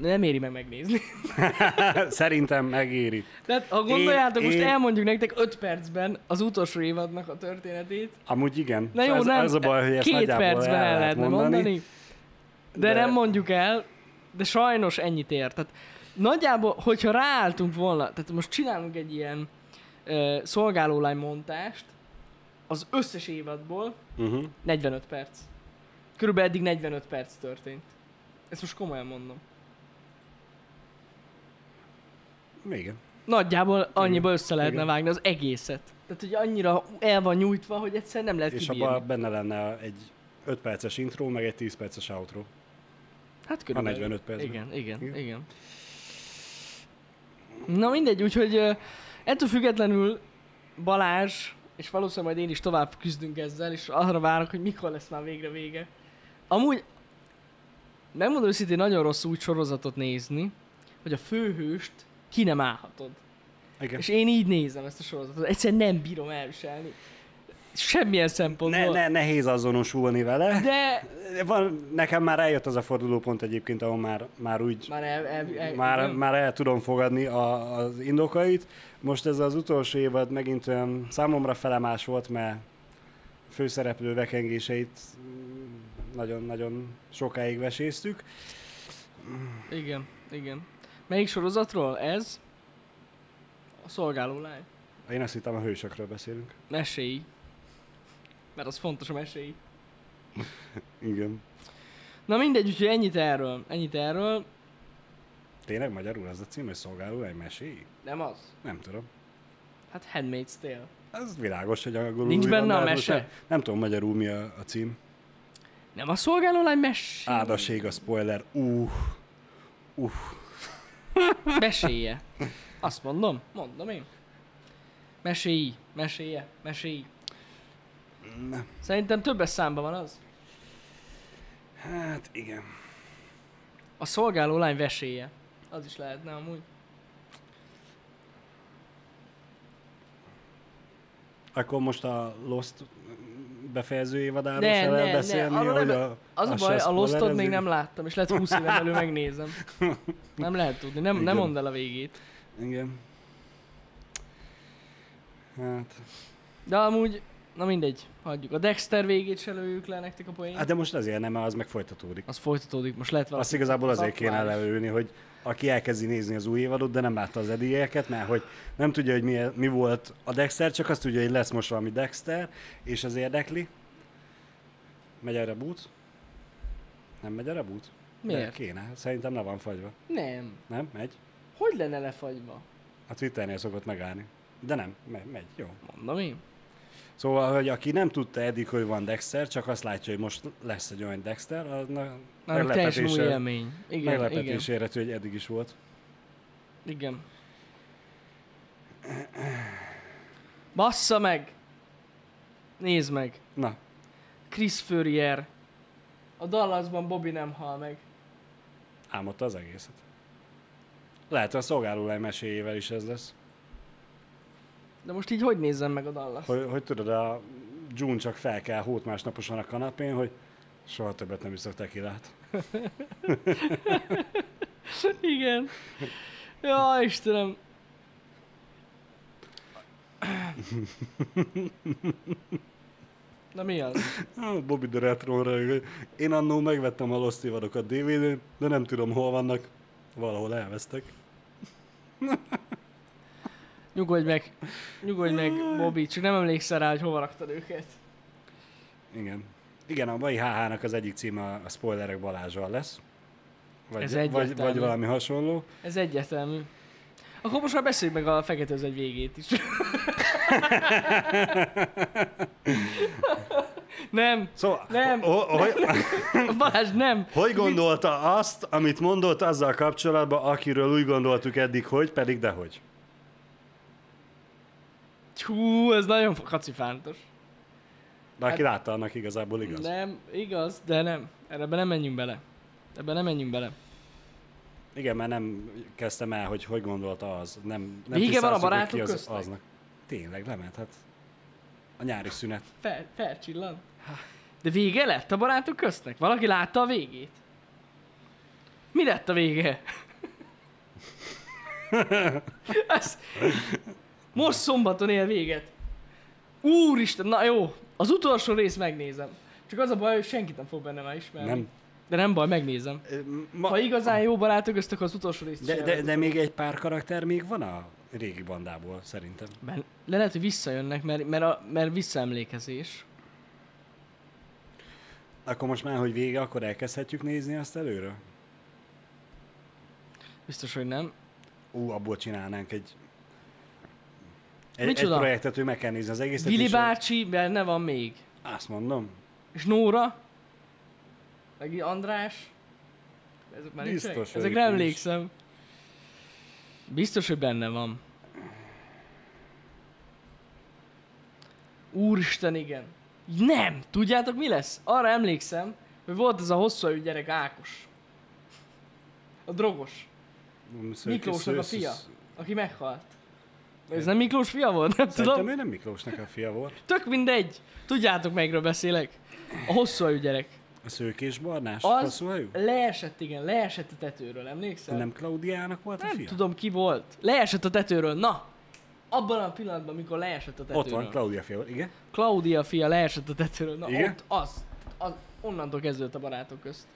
Speaker 2: nem éri meg megnézni.
Speaker 1: Szerintem megéri.
Speaker 2: Tehát ha gondoljátok,
Speaker 1: Én-
Speaker 2: most
Speaker 1: én-
Speaker 2: elmondjuk nektek 5 percben az utolsó évadnak a történetét,
Speaker 1: Amúgy igen.
Speaker 2: Na jó,
Speaker 1: ez,
Speaker 2: nem,
Speaker 1: ez a baj, hogy ezt
Speaker 2: két
Speaker 1: nagyjából
Speaker 2: percben el
Speaker 1: lehet
Speaker 2: lehetne mondani, mondani de,
Speaker 1: de-
Speaker 2: de nem mondjuk el, de sajnos ennyit ér. Tehát nagyjából, hogyha ráálltunk volna, tehát most csinálunk egy ilyen ö, szolgálólány montást, az összes évadból
Speaker 1: Uh-huh.
Speaker 2: 45 perc. Körülbelül eddig 45 perc történt. Ezt most komolyan mondom.
Speaker 1: Igen.
Speaker 2: Nagyjából annyiba össze lehetne
Speaker 1: Igen.
Speaker 2: vágni az egészet. Tehát, hogy annyira el van nyújtva, hogy egyszer nem lehet
Speaker 1: És
Speaker 2: kibírni.
Speaker 1: abban benne lenne egy 5 perces intro, meg egy 10 perces outro.
Speaker 2: Hát
Speaker 1: A
Speaker 2: körülbelül.
Speaker 1: 45 percben.
Speaker 2: Igen, igen,
Speaker 1: Igen.
Speaker 2: igen, igen. Na mindegy, úgyhogy ö, ettől függetlenül Balázs, és valószínűleg majd én is tovább küzdünk ezzel, és arra várok, hogy mikor lesz már végre vége. Amúgy, megmondom őszintén, nagyon rossz úgy sorozatot nézni, hogy a főhőst ki nem állhatod.
Speaker 1: Igen.
Speaker 2: És én így nézem ezt a sorozatot. Egyszerűen nem bírom elviselni. Semmilyen szempontból.
Speaker 1: Ne, ne, nehéz azonosulni vele.
Speaker 2: De
Speaker 1: Van, nekem már eljött az a fordulópont egyébként, ahol már, már úgy
Speaker 2: már el, el, el,
Speaker 1: már,
Speaker 2: igen.
Speaker 1: már el tudom fogadni a, az indokait. Most ez az utolsó évad megint olyan számomra felemás volt, mert főszereplő vekengéseit mm, nagyon-nagyon sokáig veséztük.
Speaker 2: Igen, igen. Melyik sorozatról ez? A szolgáló lány.
Speaker 1: Én azt hittem, a hősökről beszélünk.
Speaker 2: Mesélj. Mert az fontos a mesélj.
Speaker 1: Igen.
Speaker 2: Na mindegy, úgyhogy ennyit erről. Ennyit erről.
Speaker 1: Tényleg magyarul az a cím, hogy szolgáló egy meséi?
Speaker 2: Nem az.
Speaker 1: Nem tudom.
Speaker 2: Hát Handmaid's Tale.
Speaker 1: Ez világos, hogy angolul
Speaker 2: Nincs
Speaker 1: úgy
Speaker 2: benne
Speaker 1: van,
Speaker 2: a
Speaker 1: de hát most
Speaker 2: mese?
Speaker 1: Nem, nem tudom magyarul mi a, a cím.
Speaker 2: Nem a szolgáló lány
Speaker 1: Ah.
Speaker 2: mesélj.
Speaker 1: Áldaség a spoiler. Uh,
Speaker 2: Mesélje. Azt mondom. Mondom én. Mesélj. Mesélje. Mesélj.
Speaker 1: Nem.
Speaker 2: Szerintem többes számban van az.
Speaker 1: Hát igen.
Speaker 2: A szolgáló lány veséje. Az is lehetne amúgy.
Speaker 1: Akkor most a Lost befejező évadáról
Speaker 2: Ne,
Speaker 1: kell
Speaker 2: ne, ne,
Speaker 1: beszélni,
Speaker 2: arról
Speaker 1: hogy
Speaker 2: nem-
Speaker 1: a,
Speaker 2: Az a
Speaker 1: se
Speaker 2: baj, a Lostot még
Speaker 1: spoilerezünk?
Speaker 2: nem láttam, és lehet 20 éven belül megnézem. Nem lehet tudni, nem,
Speaker 1: Igen.
Speaker 2: nem mondd el a végét.
Speaker 1: Igen. Hát,
Speaker 2: De amúgy, na mindegy, hagyjuk. A Dexter végét se lőjük le nektek a poén.
Speaker 1: hát de most azért nem, mert az meg folytatódik.
Speaker 2: Az folytatódik, most lehet valaki.
Speaker 1: Azt igazából azért kéne
Speaker 2: aktuális.
Speaker 1: lelőni, hogy aki elkezdi nézni az új évadot, de nem látta az eddigieket, mert hogy nem tudja, hogy mi, mi volt a Dexter, csak azt tudja, hogy lesz most valami Dexter, és az érdekli. Megy a reboot? Nem megy a reboot? De
Speaker 2: Miért?
Speaker 1: kéne. Szerintem le van fagyva.
Speaker 2: Nem.
Speaker 1: Nem? Megy?
Speaker 2: Hogy lenne lefagyva?
Speaker 1: A Twitternél szokott megállni. De nem, me- megy. Jó.
Speaker 2: Mondom én.
Speaker 1: Szóval, hogy aki nem tudta eddig, hogy van Dexter, csak azt látja, hogy most lesz egy olyan Dexter, annak
Speaker 2: Annak teljesen új
Speaker 1: meglepetése,
Speaker 2: élmény. Igen, igen,
Speaker 1: meglepetés érhető, hogy eddig is volt.
Speaker 2: igen. Bassza meg! Nézd meg!
Speaker 1: Na,
Speaker 2: Chris Furrier. A Dallasban Bobby nem hal meg.
Speaker 1: álmodta az egészet. Lehet, hogy a szolgálólány meséjével is ez lesz.
Speaker 2: De most így hogy nézzem meg a Dallas?
Speaker 1: Hogy, hogy tudod, a June csak fel kell hót másnaposan a kanapén, hogy soha többet nem iszok tekilát.
Speaker 2: Igen. Ja, Istenem. Na mi az?
Speaker 1: Ah, Bobby de Retronra, hogy én annó megvettem a Lost Ivadokat DVD-n, de nem tudom hol vannak, valahol elvesztek.
Speaker 2: Nyugodj meg, nyugodj meg, Bobby, csak nem emlékszel rá, hogy hova raktad őket.
Speaker 1: Igen. Igen, a mai HH-nak az egyik címe a- a spoilerek Balázsral lesz. Vagy,
Speaker 2: Ez
Speaker 1: vagy,
Speaker 2: egyértelmű.
Speaker 1: vagy valami hasonló.
Speaker 2: Ez egyértelmű. Akkor most már beszéljük meg a fekete egy végét is. nem,
Speaker 1: Szóval,
Speaker 2: Nem.
Speaker 1: Ho, ho, hogy,
Speaker 2: Balázs, nem.
Speaker 1: hogy gondolta azt, amit mondott azzal kapcsolatban, akiről úgy gondoltuk eddig, hogy, pedig dehogy.
Speaker 2: Hú, ez nagyon kacifántos.
Speaker 1: De aki
Speaker 2: Hát-
Speaker 1: látta, annak igazából igaz.
Speaker 2: Nem, igaz, de nem. Erre be nem menjünk bele. Ebbe nem menjünk bele.
Speaker 1: Igen, mert nem kezdtem el, hogy hogy gondolta az. Nem, nem
Speaker 2: Vége
Speaker 1: tisztáztuk,
Speaker 2: van a
Speaker 1: hogy
Speaker 2: barátok
Speaker 1: ki az,
Speaker 2: köztnek?
Speaker 1: aznak. Tényleg, lement, hát a nyári szünet.
Speaker 2: Fel, felcsillan. De vége lett a barátok köztnek? Valaki látta a végét? Mi lett a vége? Ez... Most szombaton ér véget. Úristen, na jó, az utolsó rész megnézem. Csak az a baj, hogy senkit nem fog benne már ismerni.
Speaker 1: Nem.
Speaker 2: De nem baj, megnézem.
Speaker 1: Ö, Ma,
Speaker 2: Ha igazán jó barátok, köztök az utolsó részt
Speaker 1: de,
Speaker 2: sem
Speaker 1: de, de még egy pár karakter még van a régi bandából, szerintem.
Speaker 2: Bár le lehet, hogy visszajönnek, mert, mert, a, mert visszaemlékezés.
Speaker 1: Akkor most már, hogy vége, akkor elkezdhetjük nézni azt előre?
Speaker 2: Biztos, hogy nem.
Speaker 1: Ú, abból csinálnánk egy... Egy, egy
Speaker 2: Micsoda?
Speaker 1: projektet, hogy meg kell nézni az egészet.
Speaker 2: Vili
Speaker 1: és-
Speaker 2: bácsi benne van még.
Speaker 1: Azt mondom.
Speaker 2: És Nóra. Meg András. Ezek már
Speaker 1: Biztos,
Speaker 2: nincsenek?
Speaker 1: hogy
Speaker 2: Ezekre
Speaker 1: nincs.
Speaker 2: emlékszem. Biztos, hogy benne van. Úristen, igen. Nem! Tudjátok mi lesz? Arra emlékszem, hogy volt ez a hosszú hajú gyerek Ákos. A drogos.
Speaker 1: Szőki-
Speaker 2: Miklósnak a
Speaker 1: Szősz-
Speaker 2: fia? Aki meghalt. Ez nem Miklós fia volt? Nem
Speaker 1: Szerintem
Speaker 2: tudom.
Speaker 1: ő nem Miklósnak a fia volt.
Speaker 2: Tök mindegy. Tudjátok, melyikről beszélek. A hosszú hajú gyerek.
Speaker 1: A szőkés barnás,
Speaker 2: Az-
Speaker 1: hosszú hajú?
Speaker 2: Leesett, igen, leesett a tetőről, emlékszel?
Speaker 1: Nem Klaudiának volt a
Speaker 2: nem
Speaker 1: fia?
Speaker 2: tudom ki volt. Leesett a tetőről, na! Abban a pillanatban, mikor leesett a tetőről.
Speaker 1: Ott van, Klaudia fia volt, igen.
Speaker 2: Claudia fia leesett a tetőről, na
Speaker 1: Igen?
Speaker 2: ott az, az. Onnantól kezdődött a barátok közt.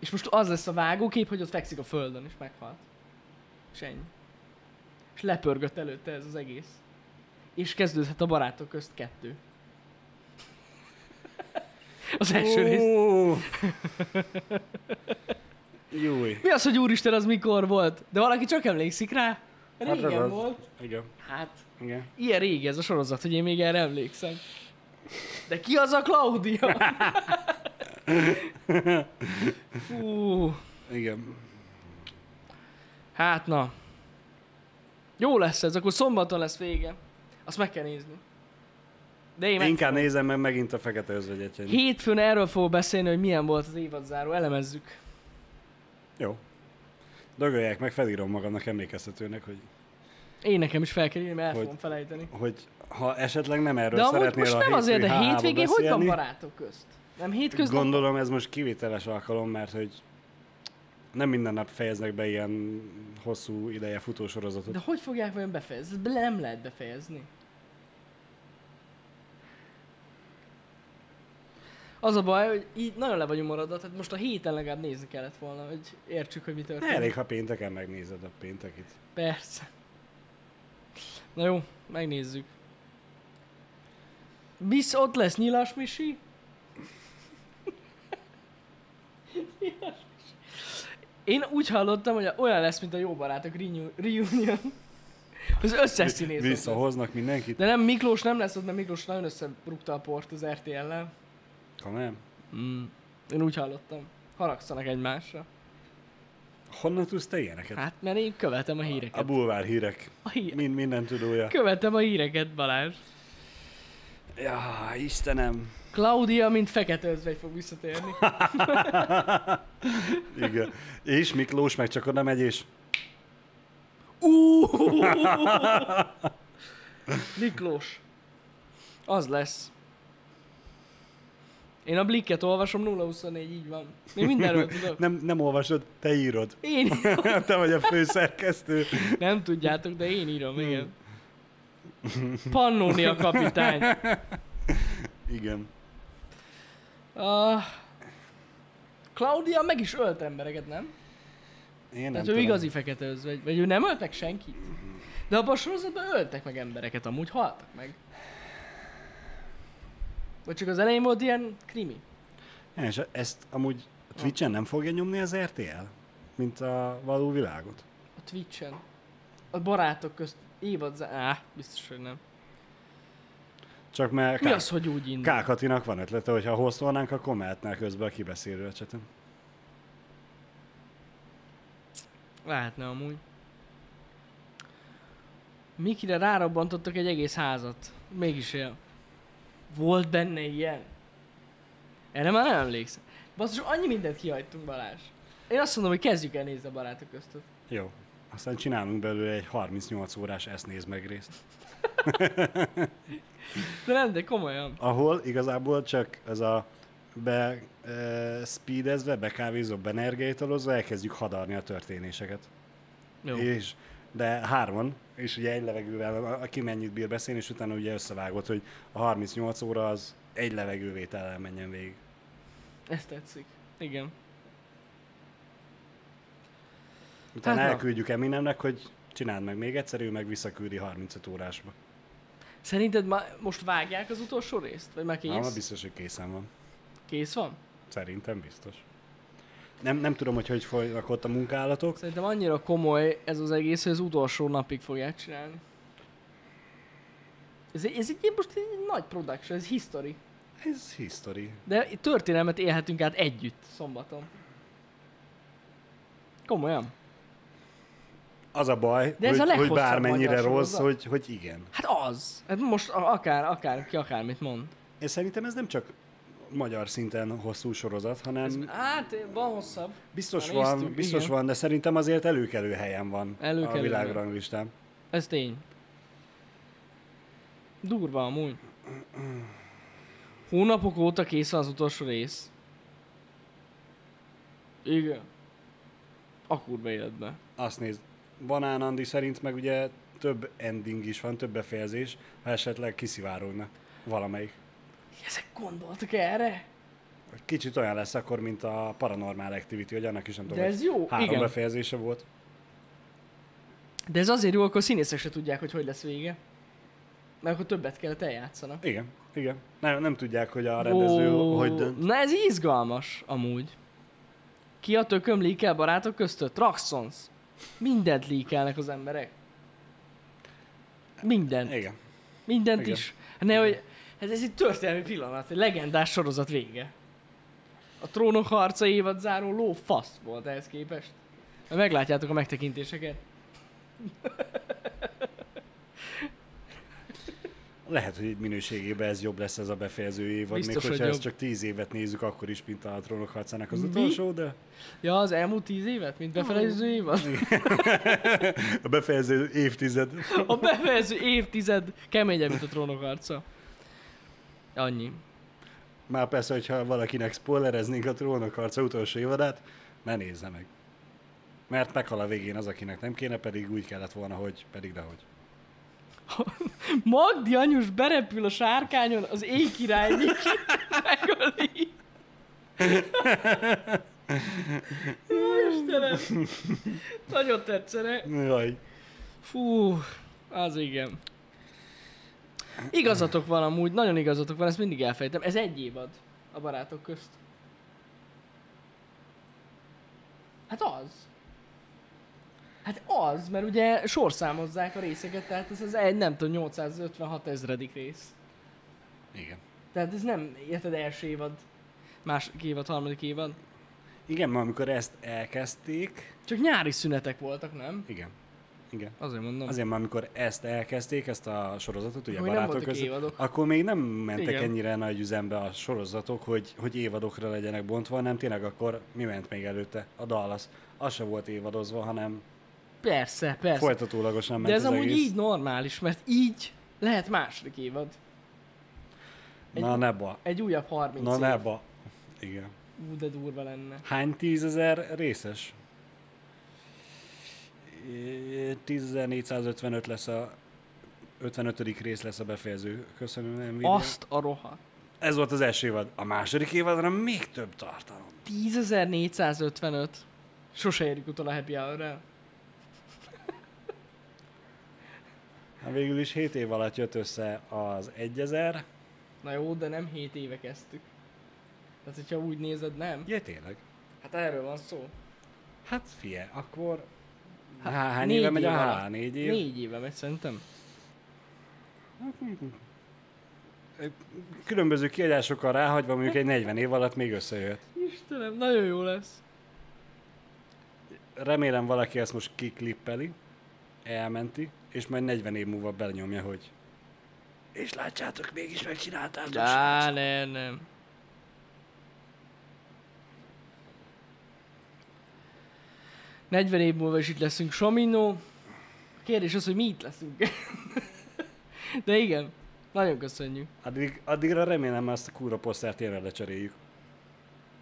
Speaker 2: És most az lesz a vágókép, hogy ott fekszik a földön, és meghalt. És ennyi. És lepörgött előtte ez az egész. És kezdődhet a barátok közt kettő. az első rész.
Speaker 1: Ó! Júj.
Speaker 2: Mi az, hogy úristen, az mikor volt? De valaki csak emlékszik rá?
Speaker 1: Hát az
Speaker 2: Régen
Speaker 1: az.
Speaker 2: volt.
Speaker 1: Igen.
Speaker 2: Hát,
Speaker 1: Igen.
Speaker 2: ilyen régi ez a sorozat, hogy én még erre emlékszem. De ki az a Claudia? Fú,
Speaker 1: Igen.
Speaker 2: hát na. Jó lesz ez, akkor szombaton lesz vége. Azt meg kell nézni. De én
Speaker 1: Én inkább nézem meg megint a fekete özvegyet. Jani.
Speaker 2: Hétfőn erről fogok beszélni, hogy milyen volt az évadzáró, elemezzük.
Speaker 1: Jó. Dögöljek meg, felírom magamnak emlékeztetőnek, hogy,
Speaker 2: Én nekem is fel kell írni, mert el
Speaker 1: Hogy-
Speaker 2: fogom felejteni.
Speaker 1: hogy ha esetleg nem erről
Speaker 2: De amúgy
Speaker 1: szeretnél
Speaker 2: most
Speaker 1: a
Speaker 2: nem azért, de
Speaker 1: hétfői
Speaker 2: hétvégén hogy van
Speaker 1: beszélni,
Speaker 2: barátok közt? Nem hétköznap?
Speaker 1: Gondolom ez most kivételes alkalom, mert hogy nem minden nap fejeznek be ilyen hosszú ideje futósorozatot.
Speaker 2: De hogy fogják vajon befejezni? Ezt be nem lehet befejezni. Az a baj, hogy így nagyon le vagyunk maradva, tehát most a héten legalább nézni kellett volna, hogy értsük, hogy mi történt.
Speaker 1: Elég, ha pénteken megnézed a péntekit.
Speaker 2: Persze. Na jó, megnézzük. Bisz ott lesz Nyilas Misi? Nyilas Misi. Én úgy hallottam, hogy olyan lesz, mint a jó barátok Renew- reunion. Az összes színész. ott lesz.
Speaker 1: Visszahoznak mindenkit,
Speaker 2: De nem, Miklós nem lesz ott, mert Miklós nagyon összerúgta a port az RTL-lel.
Speaker 1: ha nem.
Speaker 2: Mm. Én úgy hallottam. Haragszanak egymásra.
Speaker 1: Honnan tudsz te ilyeneket?
Speaker 2: Hát, mert én követem a
Speaker 1: A
Speaker 2: híreket.
Speaker 1: bulvár hírek.
Speaker 2: A hí-
Speaker 1: Mind, minden tudója.
Speaker 2: követem a híreket, Balázs.
Speaker 1: Ja, Istenem.
Speaker 2: Claudia, mint fekete özvegy fog visszatérni.
Speaker 1: Igen. És Miklós meg csak oda megy, és
Speaker 2: Miklós. Az lesz. Én a blikket olvasom, 024, így van. Én mindenről tudok.
Speaker 1: nem, nem olvasod, te írod.
Speaker 2: Én
Speaker 1: te vagy a főszerkesztő.
Speaker 2: Nem tudjátok, de én írom, igen. Pannónia kapitány.
Speaker 1: Igen.
Speaker 2: Uh, Claudia meg is ölt embereket, nem?
Speaker 1: Én nem
Speaker 2: Tehát ő
Speaker 1: tudom.
Speaker 2: igazi fekete özvegy, vagy ő nem ölt meg senkit? De abban a sorozatban öltek meg embereket, amúgy haltak meg. Vagy csak az elején volt ilyen krimi.
Speaker 1: Ja, És ezt amúgy a Twitch-en nem fogja nyomni az RTL? Mint a való világot?
Speaker 2: A Twitch-en. A barátok közt évad... Á, biztos, hogy nem.
Speaker 1: Csak mert
Speaker 2: Mi
Speaker 1: Ká-
Speaker 2: az, hogy úgy indul?
Speaker 1: Kákatinak van ötlete, hogy ha hoztolnánk, akkor mehetnél közben a kibeszélő a chaten.
Speaker 2: Lehetne amúgy. Mikire rárabbantottak egy egész házat. Mégis él. Volt benne ilyen? Erre már nem emlékszem. Basszus, annyi mindent kihagytunk, Balázs. Én azt mondom, hogy kezdjük el nézni a barátok köztet.
Speaker 1: Jó. Aztán csinálunk belőle egy 38 órás ezt néz meg részt.
Speaker 2: De nem, de komolyan.
Speaker 1: Ahol igazából csak ez a be e, speedezve, bekávézva, benergétalozva elkezdjük hadarni a történéseket.
Speaker 2: Jó.
Speaker 1: És, de hárman, és ugye egy levegővel, a- aki mennyit bír beszélni, és utána ugye összevágott, hogy a 38 óra az egy levegővétellel menjen végig.
Speaker 2: Ez tetszik. Igen.
Speaker 1: Utána
Speaker 2: Hát
Speaker 1: hát
Speaker 2: na.
Speaker 1: elküldjük Eminemnek, hogy csináld meg még egyszer, ő meg visszaküldi 35 órásba.
Speaker 2: Szerinted már most vágják az utolsó részt? Vagy már
Speaker 1: Ám
Speaker 2: kész?
Speaker 1: biztos, hogy készen van.
Speaker 2: Kész van?
Speaker 1: Szerintem biztos. Nem, nem tudom, hogy hogy folynak ott a munkálatok.
Speaker 2: Szerintem annyira komoly ez az egész, hogy az utolsó napig fogják csinálni. Ez, egy- ez egy ilyen most egy nagy production, ez history.
Speaker 1: Ez history.
Speaker 2: De történelmet élhetünk át együtt szombaton. Komolyan?
Speaker 1: Az a baj,
Speaker 2: De ez
Speaker 1: hogy,
Speaker 2: a
Speaker 1: hogy
Speaker 2: leghosszabb
Speaker 1: bármennyire
Speaker 2: magyar
Speaker 1: rossz,
Speaker 2: sorozat.
Speaker 1: hogy, hogy igen.
Speaker 2: Hát az. Hát most a- akár, akár, ki akármit mond.
Speaker 1: És szerintem ez nem csak magyar szinten hosszú sorozat, hanem
Speaker 2: Ez, hát van hosszabb.
Speaker 1: biztos
Speaker 2: már
Speaker 1: van,
Speaker 2: néztük,
Speaker 1: biztos
Speaker 2: igen.
Speaker 1: van, de szerintem azért előkelő helyen van
Speaker 2: Előkelő
Speaker 1: a
Speaker 2: helyen.
Speaker 1: világranglistán.
Speaker 2: Ez tény. Durva amúgy. Hónapok óta kész van az utolsó rész. Igen. A kurva életben.
Speaker 1: Azt nézd, Banán Andi szerint meg ugye több ending is van, több befejezés, ha esetleg kiszivárogna valamelyik.
Speaker 2: Ezek gondoltak erre?
Speaker 1: Kicsit olyan lesz akkor, mint a Paranormal Activity, hogy annak is nem
Speaker 2: De
Speaker 1: tudom,
Speaker 2: ez jó,
Speaker 1: hogy három
Speaker 2: igen.
Speaker 1: befejezése volt.
Speaker 2: De ez azért jó, akkor a színészek se tudják, hogy hogy lesz vége. Mert akkor többet kellett eljátszanak.
Speaker 1: Igen, igen. Nem, nem tudják, hogy a rendező
Speaker 2: Ó,
Speaker 1: hogy dönt.
Speaker 2: Na ez izgalmas, amúgy. Ki a tököm líkel barátok köztött? Raxons. Mindent líkelnek az emberek. Mindent.
Speaker 1: Igen.
Speaker 2: Mindent
Speaker 1: Igen.
Speaker 2: is. Hát ne, hogy, hát ez egy történelmi pillanat, egy legendás sorozat vége. A trónok harca évad záró ló fasz volt ehhez képest. Majd meglátjátok a megtekintéseket.
Speaker 1: Lehet, hogy minőségében ez jobb lesz ez a befejező év, vagy
Speaker 2: Biztos,
Speaker 1: még
Speaker 2: hogy
Speaker 1: hogyha ezt
Speaker 2: jobb.
Speaker 1: csak 10 évet nézzük, akkor is, mint a trónok harcának az
Speaker 2: Mi?
Speaker 1: utolsó, de
Speaker 2: Ja, az elmúlt tíz évet, mint befejező év?
Speaker 1: a befejező évtized.
Speaker 2: A befejező évtized keményebb, mint a trónok harca. Annyi.
Speaker 1: Már persze, hogyha valakinek spoilereznénk a trónok harca utolsó évadát, ne nézze meg. Mert meghal a végén az, akinek nem kéne, pedig úgy kellett volna, hogy pedig dehogy.
Speaker 2: Magdi anyus berepül a sárkányon, az éj király Nyiki megöli. Jó, Istenem. Nagyon tetszene.
Speaker 1: Jaj.
Speaker 2: Fú, az igen. Igazatok van amúgy, nagyon igazatok van, ezt mindig elfejtem. Ez egy évad a barátok közt. Hát az. Hát az, mert ugye sorszámozzák a részeket, tehát ez az egy, nem tudom, 856 ezredik rész.
Speaker 1: Igen.
Speaker 2: Tehát ez nem, érted, első évad, második évad, harmadik évad.
Speaker 1: Igen, ma amikor ezt elkezdték,
Speaker 2: Csak nyári szünetek voltak, nem?
Speaker 1: igen. Igen.
Speaker 2: Azért mondom.
Speaker 1: Azért már amikor ezt elkezdték, ezt a sorozatot, ugye
Speaker 2: Akkor még nem
Speaker 1: barátok
Speaker 2: voltak
Speaker 1: között,
Speaker 2: évadok.
Speaker 1: akkor még nem mentek
Speaker 2: Igen.
Speaker 1: Igen. ennyire nagy üzembe a sorozatok, hogy, hogy évadokra legyenek bontva, nem tényleg akkor mi ment még előtte? A Dallas. Az se volt évadozva, hanem
Speaker 2: Persze, persze.
Speaker 1: folytatólagosan ment
Speaker 2: De ez
Speaker 1: az
Speaker 2: amúgy
Speaker 1: egész.
Speaker 2: így normális, mert így lehet második évad. egy-
Speaker 1: Na neba.
Speaker 2: Egy újabb 30
Speaker 1: Na
Speaker 2: év.
Speaker 1: neba. Igen.
Speaker 2: Ú, de durva lenne.
Speaker 1: Hány tízezer részes? É, 10.455 lesz a 55. rész lesz a befejező. Köszönöm, nem
Speaker 2: Azt a roha.
Speaker 1: Ez volt az első évad. A második évadra még több tartalom.
Speaker 2: 10.455. Sose érjük utol a happy hour
Speaker 1: Hát végül is 7 év alatt jött össze az 1000.
Speaker 2: Na jó, de nem 7 éve kezdtük. Tehát, hogyha úgy nézed, nem?
Speaker 1: Ja, tényleg?
Speaker 2: Hát erről van szó.
Speaker 1: Hát fie, akkor... Há, hány
Speaker 2: Hát négy
Speaker 1: éve megy a
Speaker 2: év
Speaker 1: H?
Speaker 2: alatt.
Speaker 1: Négy év? Hát, hm,
Speaker 2: Négy éve megy szerintem.
Speaker 1: Különböző kiadásokkal ráhagyva mondjuk egy 40 év alatt még összejött.
Speaker 2: Istenem, nagyon jó lesz.
Speaker 1: Remélem valaki ezt most kiklippeli, elmenti, és majd 40 év múlva belenyomja, hogy... És látjátok, mégis megcsináltátok.
Speaker 2: Á, nem, nem. Negyven év múlva is itt leszünk, Somino. A kérdés az, hogy mi itt leszünk. De igen, nagyon köszönjük.
Speaker 1: Addig, addigra remélem azt a kúra posztert tényleg lecseréljük.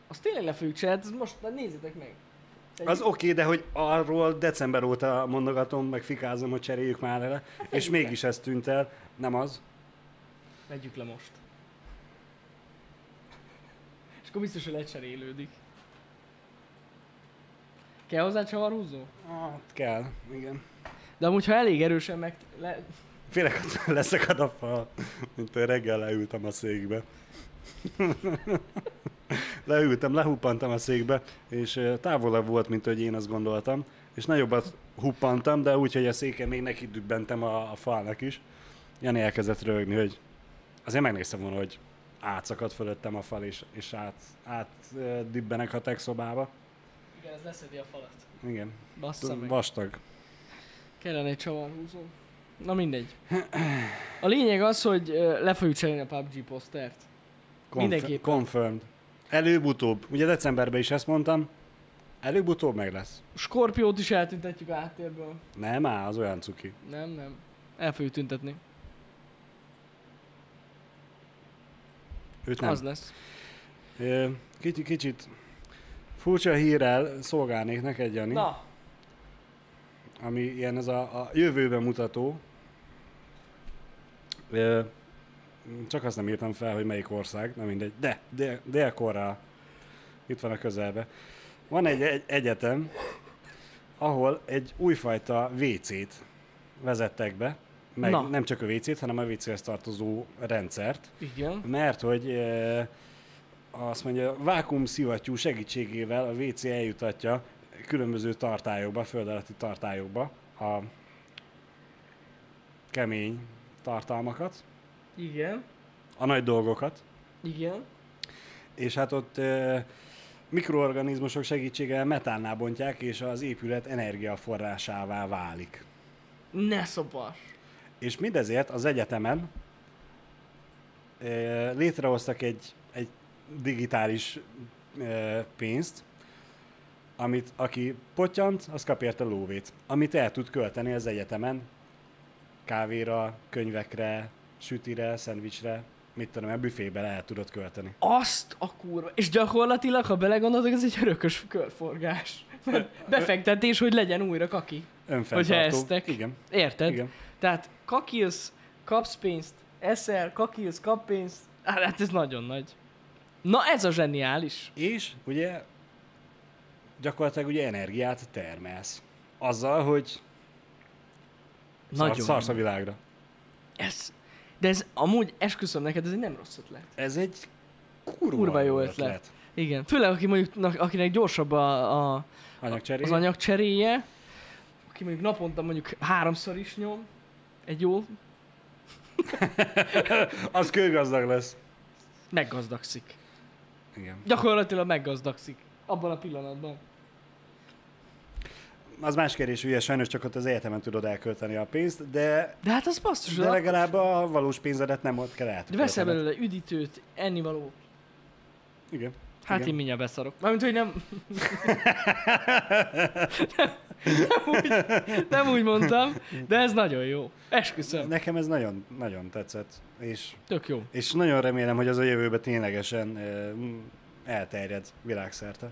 Speaker 2: Azt tényleg le fogjuk csinálni, hát ez most, hát nézzétek meg.
Speaker 1: Az oké, okay, de hogy arról december óta mondogatom, meg fikázom, hogy cseréljük már le, és
Speaker 2: vegyük le.
Speaker 1: mégis ez tűnt el. Nem az.
Speaker 2: Vegyük le most. És akkor biztos, hogy lecserélődik. Kell hozzá csavarhúzó?
Speaker 1: Hát kell, igen.
Speaker 2: De amúgy, ha elég erősen meg... Le...
Speaker 1: Félek, hogy leszakad a fal, mint hogy reggel leültem a székbe. Leültem, lehuppantam a székbe, és ö, távolabb volt, mint hogy én azt gondoltam, és nagyobbat huppantam, de úgy, hogy a széken még neki dübbentem a, a falnak is. Jani elkezdett röhögni, hogy azért megnéztem volna, hogy átszakadt fölöttem a fal, és, és át, át ö, dübbenek a tech szobába.
Speaker 2: Igen, ez leszedi a falat.
Speaker 1: Igen,
Speaker 2: Bassza meg.
Speaker 1: vastag.
Speaker 2: Kellene egy csavarhúzó. Na mindegy. A lényeg az, hogy ö, le fogjuk cserélni a PUBG posztert.
Speaker 1: Conf-
Speaker 2: Mindenképpen.
Speaker 1: confirmed. Előbb-utóbb. Ugye decemberben is ezt mondtam. Előbb-utóbb meg lesz.
Speaker 2: Skorpiót is eltüntetjük a háttérből.
Speaker 1: Nem, á, az olyan cuki.
Speaker 2: Nem, nem. El fogjuk tüntetni.
Speaker 1: Őt nem.
Speaker 2: Nem. Az lesz.
Speaker 1: Ö, Kicsit, kicsit furcsa hírrel szolgálnék neked, Jani, Na.
Speaker 2: Na,
Speaker 1: ami ilyen ez a, a jövőben mutató. Ö, Csak azt nem írtam fel, hogy melyik ország, nem mindegy. De, Dél- Dél-Korea. Itt van a közelbe. Van egy, egy egyetem, ahol egy újfajta WC-t vezettek be, meg
Speaker 2: Na.
Speaker 1: Na. nem csak a WC-t, hanem a WC-hez tartozó rendszert,
Speaker 2: igen.
Speaker 1: mert hogy e, azt mondja, vákum szivattyú segítségével a WC eljutatja különböző tartályokba, föld alatti tartályokba a kemény tartalmakat,
Speaker 2: Igen.
Speaker 1: a nagy dolgokat,
Speaker 2: Igen.
Speaker 1: és hát ott e, mikroorganizmusok segítségével metánnál bontják, és az épület energiaforrásává válik.
Speaker 2: Ne szopas.
Speaker 1: És mindezért az egyetemen ö, létrehoztak egy, egy digitális ö, pénzt, amit aki potyant, az kap érte lóvét, amit el tud költeni az egyetemen, kávéra, könyvekre, sütire, szendvicsre, mit tudom, a büfébe el tudod költeni.
Speaker 2: Azt a kurva. És gyakorlatilag, ha belegondoltok, ez egy örökös körforgás. Befektetés, hogy legyen újra kaki.
Speaker 1: Önfenntartó.
Speaker 2: Hogyha eztek.
Speaker 1: Igen,
Speaker 2: Érted?
Speaker 1: igen.
Speaker 2: Tehát kakilsz, kapsz pénzt, eszel, kakilsz, kap pénzt. Hát hát ez nagyon nagy. Na ez a zseniális.
Speaker 1: És ugye gyakorlatilag ugye energiát termelsz. Azzal, hogy szar,
Speaker 2: Nagyon.
Speaker 1: szarsz a világra.
Speaker 2: Ez. De ez amúgy esküszöm neked, ez egy nem rossz ötlet.
Speaker 1: Ez egy kurva,
Speaker 2: Kurva jó ötlet. Igen. Főleg, aki mondjuk, na- akinek gyorsabb a, a,
Speaker 1: Anyagcseré.
Speaker 2: az anyagcseréje, aki mondjuk naponta mondjuk háromszor is nyom, egy jó,
Speaker 1: Az kőgazdag lesz.
Speaker 2: meggazdagszik.
Speaker 1: Igen.
Speaker 2: Gyakorlatilag meggazdagszik. Abban a pillanatban.
Speaker 1: Az más kérdés, ugye sajnos csak ott az egyetemen tudod elkölteni a pénzt, de,
Speaker 2: De hát az basszus,
Speaker 1: de legalább a valós pénzedet nem ott kell
Speaker 2: De
Speaker 1: elkölteni.
Speaker 2: veszel belőle üdítőt, ennivaló.
Speaker 1: Igen.
Speaker 2: Hát
Speaker 1: Igen.
Speaker 2: én mindjárt beszarok. Mármint, hogy nem... nem, úgy, nem úgy mondtam, de ez nagyon jó. Esküszöm.
Speaker 1: Nekem ez nagyon, nagyon tetszett, és,
Speaker 2: Tök jó.
Speaker 1: és nagyon remélem, hogy az a jövőben ténylegesen eh, elterjed világszerte.